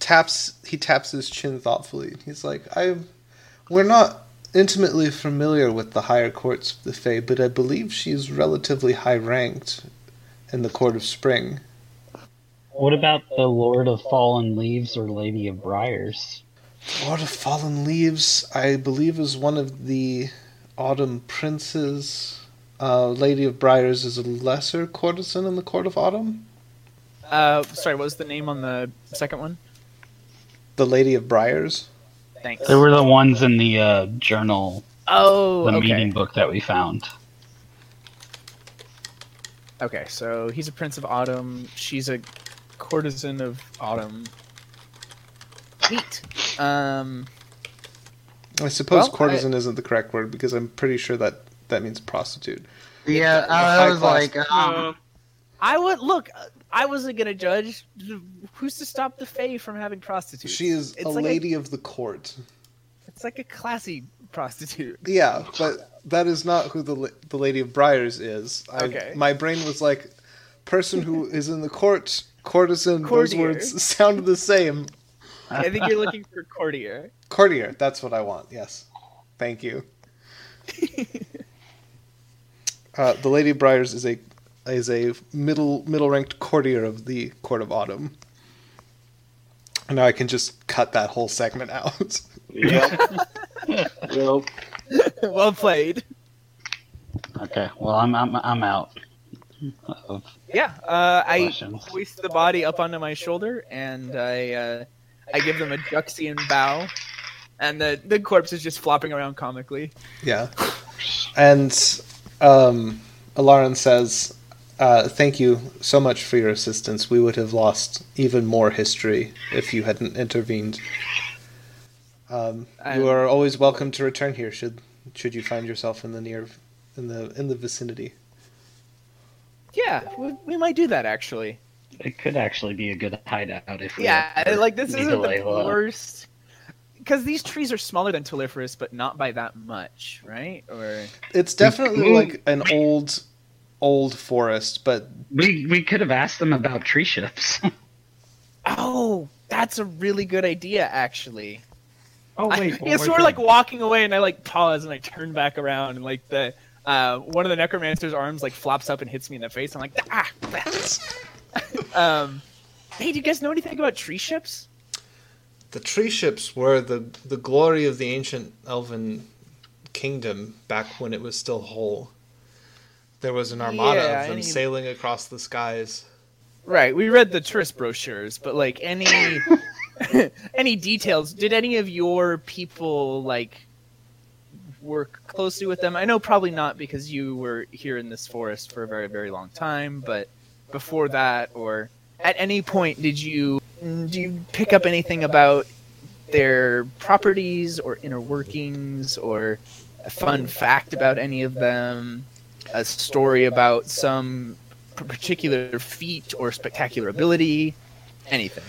[SPEAKER 1] taps he taps his chin thoughtfully. He's like, I we're not intimately familiar with the higher courts of the Fae, but I believe she's relatively high ranked in the Court of Spring.
[SPEAKER 7] What about the Lord of Fallen Leaves or Lady of Briars?
[SPEAKER 1] Lord of Fallen Leaves, I believe, is one of the Autumn Princes. Uh, Lady of Briars is a lesser courtesan in the Court of Autumn.
[SPEAKER 6] Uh, sorry, what was the name on the second one?
[SPEAKER 1] The Lady of Briars.
[SPEAKER 6] Thanks.
[SPEAKER 7] They were the ones in the uh, journal,
[SPEAKER 6] oh,
[SPEAKER 7] the
[SPEAKER 6] okay.
[SPEAKER 7] meeting book that we found.
[SPEAKER 6] Okay, so he's a prince of autumn. She's a courtesan of autumn. Neat. Um,
[SPEAKER 1] I suppose
[SPEAKER 6] Well, I-
[SPEAKER 1] courtesan isn't the correct word because I'm pretty sure that that means prostitute.
[SPEAKER 7] Yeah,
[SPEAKER 1] I was like,
[SPEAKER 2] Uh,
[SPEAKER 6] I would look. I wasn't gonna judge. Who's to stop the Fae from having prostitutes?
[SPEAKER 1] She is
[SPEAKER 6] It's
[SPEAKER 1] a
[SPEAKER 6] like
[SPEAKER 1] lady of the court.
[SPEAKER 6] It's like a classy prostitute.
[SPEAKER 7] <laughs>
[SPEAKER 1] Yeah, but that is not who the la- the Lady of Briars is. I,
[SPEAKER 6] Okay.
[SPEAKER 1] My brain was like, person who is in the court, courtesan. Those
[SPEAKER 6] Courtier.
[SPEAKER 1] words <laughs> sound the same.
[SPEAKER 6] I think you're looking for
[SPEAKER 1] <laughs>
[SPEAKER 6] courtier.
[SPEAKER 1] Courtier, that's what I want. Yes. Thank you. uh, the Lady of Briars is a is a middle middle ranked courtier of the Court of Autumn. Now I can just cut that whole segment <laughs> out.
[SPEAKER 9] Yep.
[SPEAKER 3] Well,
[SPEAKER 6] well played.
[SPEAKER 7] Okay. Well, I'm I'm I'm out. Of
[SPEAKER 6] Yeah, uh, I
[SPEAKER 7] questions.
[SPEAKER 6] hoist the body up onto my shoulder and I uh, I give them a Juxian bow, and the the corpse is just flopping around comically.
[SPEAKER 1] Yeah. And um, Alarin says, uh, Thank you so much for your assistance. We would have lost even more history if you hadn't intervened. Um,
[SPEAKER 6] I'm-
[SPEAKER 1] you are always welcome to return here should should you find yourself in the near in the in the vicinity.
[SPEAKER 6] Yeah, we, we might do that actually.
[SPEAKER 7] It could actually be a good hideout if we
[SPEAKER 6] Yeah, like this
[SPEAKER 7] need to
[SPEAKER 6] isn't the
[SPEAKER 7] lay low.
[SPEAKER 6] worst. Because these trees are smaller than Telephorus, but not by that much, right? Or
[SPEAKER 1] It's definitely like an old old forest, but
[SPEAKER 7] We we could have asked them about tree <laughs> ships.
[SPEAKER 6] oh, that's a really good idea, actually.
[SPEAKER 4] Oh
[SPEAKER 6] I- <laughs>
[SPEAKER 4] wait, one
[SPEAKER 6] yeah,
[SPEAKER 4] more
[SPEAKER 6] so we're
[SPEAKER 4] thing.
[SPEAKER 6] like walking away, and I like pause and I turn back around, and like the uh, one of the necromancer's arms like flops up and hits me in the face. I'm like, ah. <laughs> um, hey, do you guys know anything about tree ships?
[SPEAKER 1] the tree ships were the the glory of the ancient elven kingdom back when it was still whole. There was an armada
[SPEAKER 6] Yeah,
[SPEAKER 1] of
[SPEAKER 6] I
[SPEAKER 1] them
[SPEAKER 6] need-
[SPEAKER 1] sailing across the skies.
[SPEAKER 6] Right, we read the tourist brochures, but like any <laughs> any details? Did any of your people like work closely with them? I know probably not because you were here in this forest for a very very long time, but before that or at any point did you mm, do you pick up anything about their properties or inner workings or a fun fact about any of them? A story about some p- particular feat or spectacular ability, anything.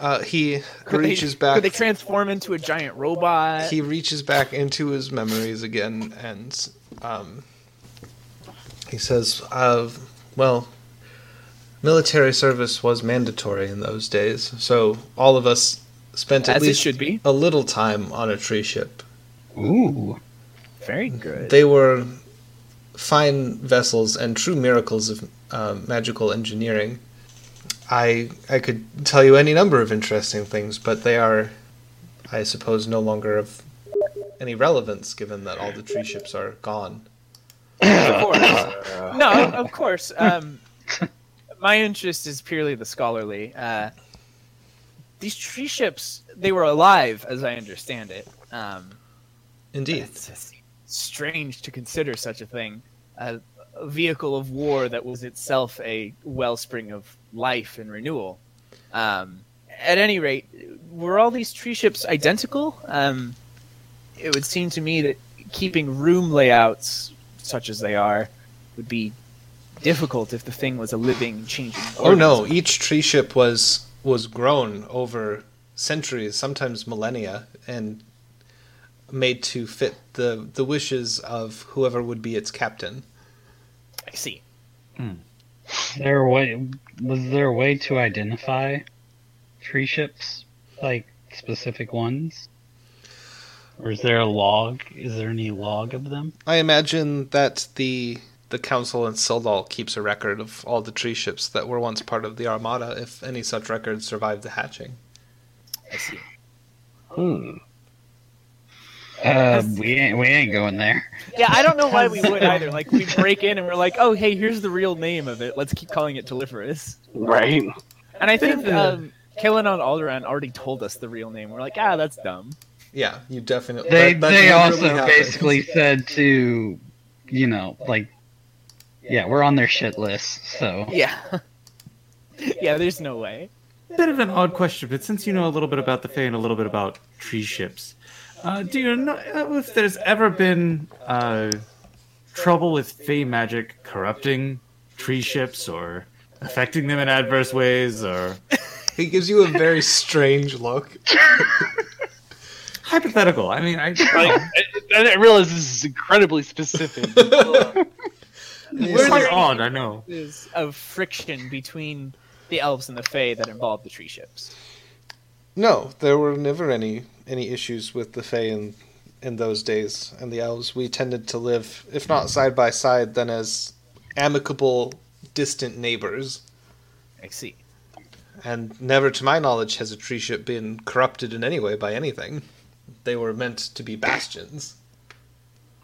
[SPEAKER 1] Uh, he
[SPEAKER 6] Could they-
[SPEAKER 1] reaches back.
[SPEAKER 6] Could they transform into a giant robot?
[SPEAKER 1] he reaches back into his memories again, and um, he says, uh, "Well, military service was mandatory in those days, so all of us spent at
[SPEAKER 6] as it
[SPEAKER 1] least
[SPEAKER 6] should be.
[SPEAKER 1] a little time on a tree ship.
[SPEAKER 7] Ooh.
[SPEAKER 6] Very good.
[SPEAKER 1] They were fine vessels and true miracles of uh, magical engineering. I I could tell you any number of interesting things, but they are, I suppose, no longer of any relevance given that all the tree ships are gone.
[SPEAKER 6] of course. no, of course. Um, my interest is purely the scholarly. Uh, these tree ships, they were alive, as I understand it. Um,
[SPEAKER 1] Indeed,
[SPEAKER 6] It's just strange to consider such a thing. A, a vehicle of war that was itself a wellspring of life and renewal. Um, at any rate, were all these tree ships identical? Um, it would seem to me that keeping room layouts such as they are would be difficult if the thing was a living, changing.
[SPEAKER 1] Oh no!
[SPEAKER 6] organism.
[SPEAKER 1] Each tree ship was was grown over centuries, sometimes millennia, and made to fit the the wishes of whoever would be its captain.
[SPEAKER 6] I see.
[SPEAKER 7] There a way was there a way to identify tree ships? Like specific ones? Or is there a log? Is there any log of them?
[SPEAKER 1] I imagine that the the council in Sildal keeps a record of all the tree ships that were once part of the Armada, if any such records survived the hatching.
[SPEAKER 6] I see.
[SPEAKER 9] Hmm.
[SPEAKER 7] Uh, we ain't we ain't going there.
[SPEAKER 6] Yeah, I don't know why we <laughs> would either. Like we break in and we're like, "Oh, hey, here's the real name of it. Let's keep calling it Telephorus."
[SPEAKER 9] Right.
[SPEAKER 6] And I think um, Kalen on Alderaan already told us the real name. We're like, "Ah, that's dumb."
[SPEAKER 1] Yeah, you definitely.
[SPEAKER 7] They
[SPEAKER 1] that- that
[SPEAKER 7] they
[SPEAKER 1] literally
[SPEAKER 7] also
[SPEAKER 1] happened.
[SPEAKER 7] basically said to you know, like yeah, we're on their shit list, so
[SPEAKER 6] Yeah. <laughs> yeah, there's no way.
[SPEAKER 4] Bit of an odd question, but since you know a little bit about the Fae and a little bit about tree ships, uh, do you know if there's ever been uh, trouble with Fae magic corrupting tree ships or affecting them in adverse ways? Or
[SPEAKER 1] <laughs> He gives you a very strange look.
[SPEAKER 4] <laughs> hypothetical? I <laughs> mean, I
[SPEAKER 9] Like, I, I didn't realize this is incredibly
[SPEAKER 6] <laughs>
[SPEAKER 9] specific.
[SPEAKER 4] it's
[SPEAKER 6] there
[SPEAKER 4] like odd. I know.
[SPEAKER 6] There's of friction between the elves and the Fae that involve the tree ships.
[SPEAKER 1] <laughs> No, there were never any any issues with the Fae in in those days and the elves. We tended to live, if not side by side, then as amicable, distant neighbors.
[SPEAKER 6] I see.
[SPEAKER 1] And never, to my knowledge, has a tree ship been corrupted in any way by anything. They were meant to be bastions.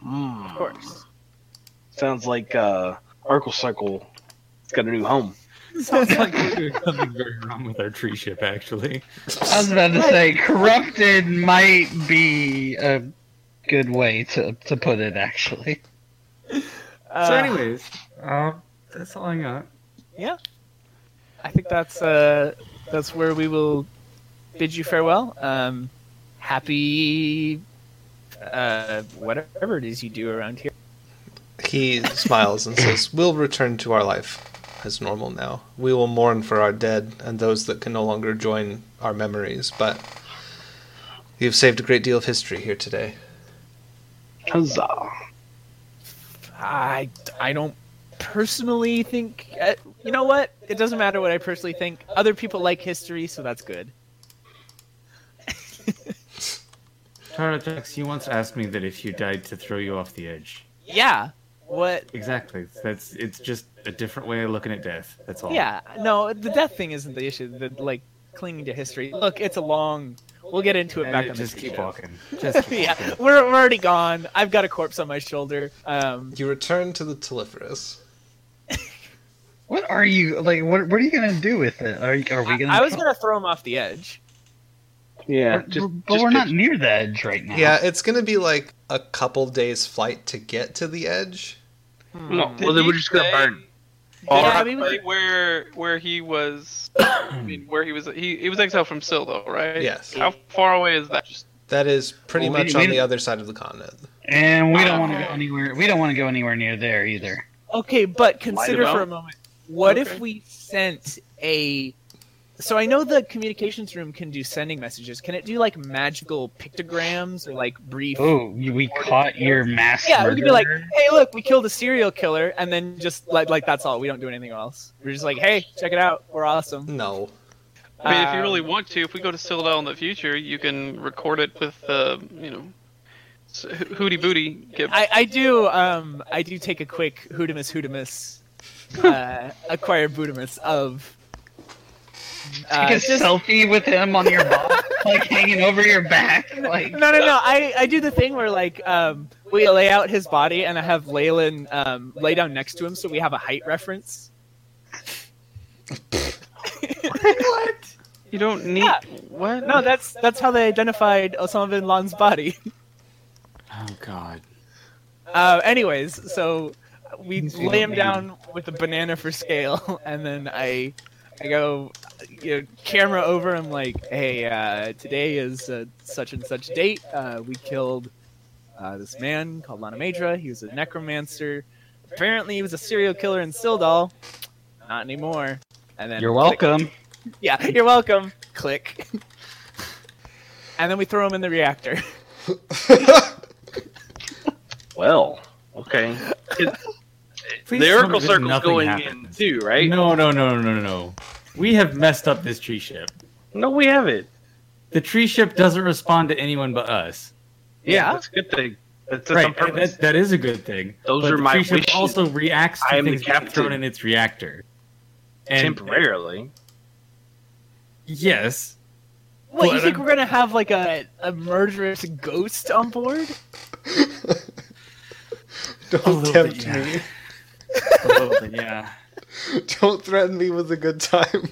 [SPEAKER 2] Of course.
[SPEAKER 9] Sounds like uh, Arkle Circle has got a new home.
[SPEAKER 4] <laughs> Sounds like we're doing something very wrong with our tree ship, actually.
[SPEAKER 7] I was about to say, corrupted might be a good way to, to put it, actually.
[SPEAKER 4] so,
[SPEAKER 6] Uh,
[SPEAKER 4] anyways, uh, that's all I got.
[SPEAKER 6] I think that's uh, that's where we will bid you farewell. Um, happy uh, whatever it is you do around here.
[SPEAKER 1] He smiles and says, We'll return to our life as normal now. We will mourn for our dead and those that can no longer join our memories, but you've saved a great deal of history here today.
[SPEAKER 9] Huzzah.
[SPEAKER 6] I I don't personally think uh, you know what. It doesn't matter what I personally think. Other people like history, so that's good.
[SPEAKER 4] Tara Jax, he once asked me that if you died to throw you off the edge.
[SPEAKER 6] Yeah. What?
[SPEAKER 4] Exactly. That's it's just a different way of looking at death. That's all.
[SPEAKER 6] Yeah. No, the death thing isn't the issue. The like clinging to history. Look, it's a long. We'll get into it
[SPEAKER 4] And
[SPEAKER 6] back
[SPEAKER 4] it-
[SPEAKER 6] on the
[SPEAKER 4] just
[SPEAKER 6] tree
[SPEAKER 4] keep
[SPEAKER 6] show. <laughs>
[SPEAKER 4] walking. Just keep
[SPEAKER 6] yeah,
[SPEAKER 4] walking.
[SPEAKER 6] we're, we're already gone. I've got a corpse on my shoulder. Um,
[SPEAKER 1] You return to the Telephorus.
[SPEAKER 7] What are you like? What What are you gonna do with it? Are you- Are we
[SPEAKER 6] I,
[SPEAKER 7] gonna?
[SPEAKER 6] I was gonna throw him off the edge.
[SPEAKER 9] Yeah,
[SPEAKER 7] We're-
[SPEAKER 9] just,
[SPEAKER 7] but
[SPEAKER 9] just
[SPEAKER 7] we're not
[SPEAKER 9] picture-
[SPEAKER 7] near the edge right now.
[SPEAKER 1] Yeah, it's going to be like a couple days' flight to get to the edge.
[SPEAKER 6] Hmm.
[SPEAKER 3] Well,
[SPEAKER 2] Did
[SPEAKER 3] well, then
[SPEAKER 2] he
[SPEAKER 3] we're just gonna
[SPEAKER 2] say-
[SPEAKER 3] burn.
[SPEAKER 2] Did
[SPEAKER 6] Yeah,
[SPEAKER 2] he
[SPEAKER 6] I mean, we-
[SPEAKER 2] say where where he was? <coughs> I mean, where he was? He, he was exiled from Sildo, right?
[SPEAKER 1] Yes.
[SPEAKER 2] How far away is that? Just
[SPEAKER 1] That is pretty
[SPEAKER 7] Well, we-
[SPEAKER 1] much
[SPEAKER 7] we-
[SPEAKER 1] on the other side of the continent.
[SPEAKER 7] And we don't want to
[SPEAKER 2] Okay.
[SPEAKER 6] Uh-huh.
[SPEAKER 7] go anywhere. We don't want to go anywhere near there either.
[SPEAKER 6] Okay, but consider
[SPEAKER 2] about.
[SPEAKER 6] for a moment. What
[SPEAKER 2] Okay.
[SPEAKER 6] if we sent a? So I know the communications room can do sending messages. Can it do like magical pictograms or like brief?
[SPEAKER 7] Oh, we caught your mass
[SPEAKER 6] yeah, we
[SPEAKER 7] murderer.
[SPEAKER 6] could be like, "Hey, look, we killed a serial killer," and then just like like that's all. We don't do anything else. We're just like, "Hey, check it out. We're awesome."
[SPEAKER 1] No.
[SPEAKER 2] I mean, if you really
[SPEAKER 6] Um,
[SPEAKER 2] want to, if we go to Sildo in the future, you can record it with uh, you know, s- Hootie Booty. Get,
[SPEAKER 6] I, I do um I do take a quick Hoodamus Hoodamus uh acquire Boodamus of uh,
[SPEAKER 7] Take a
[SPEAKER 6] just-
[SPEAKER 7] selfie with him on your box, like hanging over your back.
[SPEAKER 6] <laughs>
[SPEAKER 7] Like,
[SPEAKER 6] no no no I, I do the thing where like um we lay out his body and I have Leyland um lay down next to him so we have a height reference. what?
[SPEAKER 2] you don't need
[SPEAKER 6] Yeah.
[SPEAKER 2] what?
[SPEAKER 6] <laughs> No, that's that's how they identified Osama bin Laden's body.
[SPEAKER 4] Oh God.
[SPEAKER 6] Uh, anyways, so we
[SPEAKER 7] He's
[SPEAKER 6] lay him
[SPEAKER 7] human.
[SPEAKER 6] down with a banana for scale, <laughs> and then I, I go, you know, camera over. I'm like, hey, uh, today is uh, such and such date. Uh, we killed uh, this man called Lanamedra. He was a necromancer. Apparently, he was a serial killer in Sildal. Not anymore. And then
[SPEAKER 7] you're
[SPEAKER 6] click.
[SPEAKER 7] welcome.
[SPEAKER 6] Yeah, <laughs> you're welcome. Click. <laughs> and then we throw him in the reactor.
[SPEAKER 9] Well, okay.
[SPEAKER 3] the
[SPEAKER 4] Please tell me
[SPEAKER 3] Oracle
[SPEAKER 4] that
[SPEAKER 3] Circle's
[SPEAKER 4] nothing
[SPEAKER 3] going
[SPEAKER 4] happens.
[SPEAKER 3] in too, right?
[SPEAKER 4] No, no, no, no, no, no. We have messed up this tree ship.
[SPEAKER 3] No, we have it.
[SPEAKER 4] The tree ship doesn't respond to anyone but us.
[SPEAKER 3] Yeah,
[SPEAKER 6] Yeah.
[SPEAKER 3] that's a good thing. That's, that's on
[SPEAKER 4] Right.
[SPEAKER 3] purpose.
[SPEAKER 4] That, that is a good thing.
[SPEAKER 3] Those
[SPEAKER 4] but
[SPEAKER 3] are
[SPEAKER 4] the
[SPEAKER 3] my
[SPEAKER 4] tree ship
[SPEAKER 3] wishes.
[SPEAKER 4] also reacts to
[SPEAKER 3] I am the
[SPEAKER 4] things being
[SPEAKER 3] captain.
[SPEAKER 4] thrown in its reactor. And
[SPEAKER 3] Temporarily.
[SPEAKER 4] yes,
[SPEAKER 6] What,
[SPEAKER 4] Well,
[SPEAKER 6] you think
[SPEAKER 4] I'm-
[SPEAKER 6] we're gonna have like a, a murderous ghost on board?
[SPEAKER 4] A
[SPEAKER 1] Don't
[SPEAKER 4] little
[SPEAKER 1] tempt
[SPEAKER 4] bit, yeah.
[SPEAKER 1] me.
[SPEAKER 4] a little bit, yeah.
[SPEAKER 1] Don't threaten me with a good time.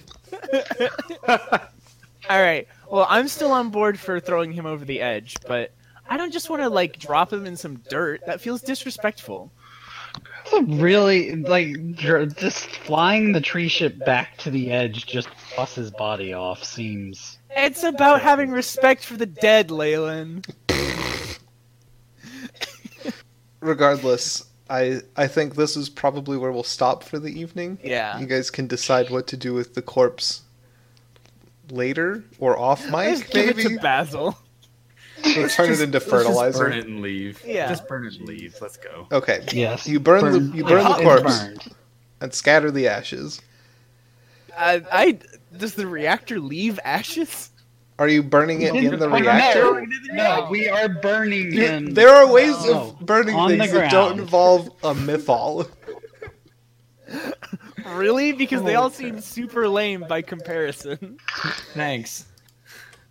[SPEAKER 6] Alright. Well I'm still on board for throwing him over the edge, but I don't just wanna like drop him in some dirt. That feels disrespectful.
[SPEAKER 7] It's a really like dr- just flying the tree ship back to the edge just busts his body off. Seems
[SPEAKER 6] It's about having respect for the dead, Leyland.
[SPEAKER 1] Regardless, I I think this is probably where we'll stop for the evening.
[SPEAKER 6] Yeah.
[SPEAKER 1] You guys can decide what to do with the corpse later or
[SPEAKER 4] <laughs>
[SPEAKER 1] off mic,
[SPEAKER 6] Just give it
[SPEAKER 1] maybe.
[SPEAKER 6] to Basil.
[SPEAKER 1] Or turn it into
[SPEAKER 4] Let's just burn
[SPEAKER 1] fertilizer.
[SPEAKER 4] it and leave.
[SPEAKER 6] Yeah.
[SPEAKER 4] Just burn it and leave. Let's go.
[SPEAKER 1] Okay.
[SPEAKER 7] yes.
[SPEAKER 1] You burn the- you burn the
[SPEAKER 7] it's
[SPEAKER 1] corpse.
[SPEAKER 7] burned.
[SPEAKER 1] And scatter the ashes.
[SPEAKER 6] I, I does the reactor leave ashes?
[SPEAKER 1] Are you burning it in the
[SPEAKER 7] Oh, no,
[SPEAKER 1] reactor?
[SPEAKER 7] No, we are burning
[SPEAKER 1] You-
[SPEAKER 7] him.
[SPEAKER 1] there are ways
[SPEAKER 7] No.
[SPEAKER 1] of burning
[SPEAKER 7] Oh, On the
[SPEAKER 1] things that don't
[SPEAKER 7] ground.
[SPEAKER 1] involve a mythol.
[SPEAKER 6] <laughs> really? Because they all seem super lame by comparison.
[SPEAKER 4] Thanks.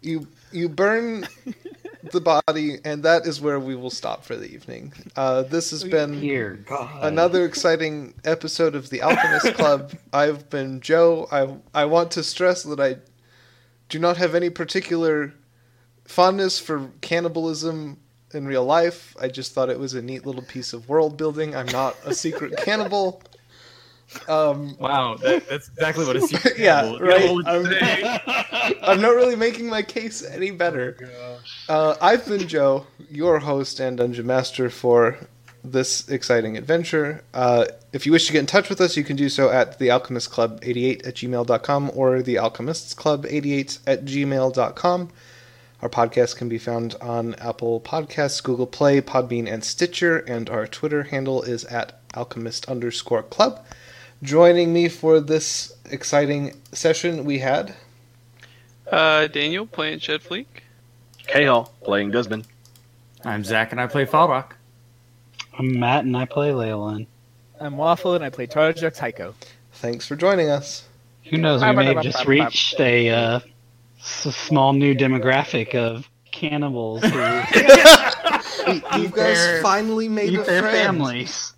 [SPEAKER 1] You you
[SPEAKER 7] <laughs>
[SPEAKER 1] burn the body, and that is where we will stop for the evening. Uh, this has been
[SPEAKER 7] Dear God.
[SPEAKER 1] another exciting episode of the Alchemist Club. I've been Joe. I I want to stress that I do not have any particular fondness for cannibalism in real life. I just thought it was a neat little piece of world building. I'm not a secret cannibal. Um,
[SPEAKER 4] Wow, that, that's exactly what a
[SPEAKER 1] <laughs>
[SPEAKER 4] secret
[SPEAKER 1] yeah,
[SPEAKER 4] cannibal-
[SPEAKER 1] right.
[SPEAKER 4] cannibal would
[SPEAKER 1] I'm-
[SPEAKER 4] say.
[SPEAKER 1] <laughs> I'm not really making my case any better. Uh, I've been Joe, your host and dungeon master for this exciting adventure. Uh, if you wish to get in touch with us, you can do so at thealchemistclub88 at gmail.com or thealchemistsclub88 at gmail.com. Our podcast can be found on Apple Podcasts, Google Play, Podbean, and Stitcher, and our Twitter handle is at alchemist underscore club. Joining me for this exciting session, we had
[SPEAKER 2] Uh, Daniel playing Shed Fleek.
[SPEAKER 9] Cahill playing Guzman.
[SPEAKER 4] I'm Zach, and I play Falrock.
[SPEAKER 5] I'm Matt and I play Leyland.
[SPEAKER 6] I'm Waffle and I play Tarjux Tycho.
[SPEAKER 1] Thanks for joining us.
[SPEAKER 5] Who knows? We may have just reached a uh, s- small new demographic of cannibals who
[SPEAKER 1] You guys finally made
[SPEAKER 5] eat
[SPEAKER 1] a
[SPEAKER 5] their
[SPEAKER 1] friend.
[SPEAKER 5] families.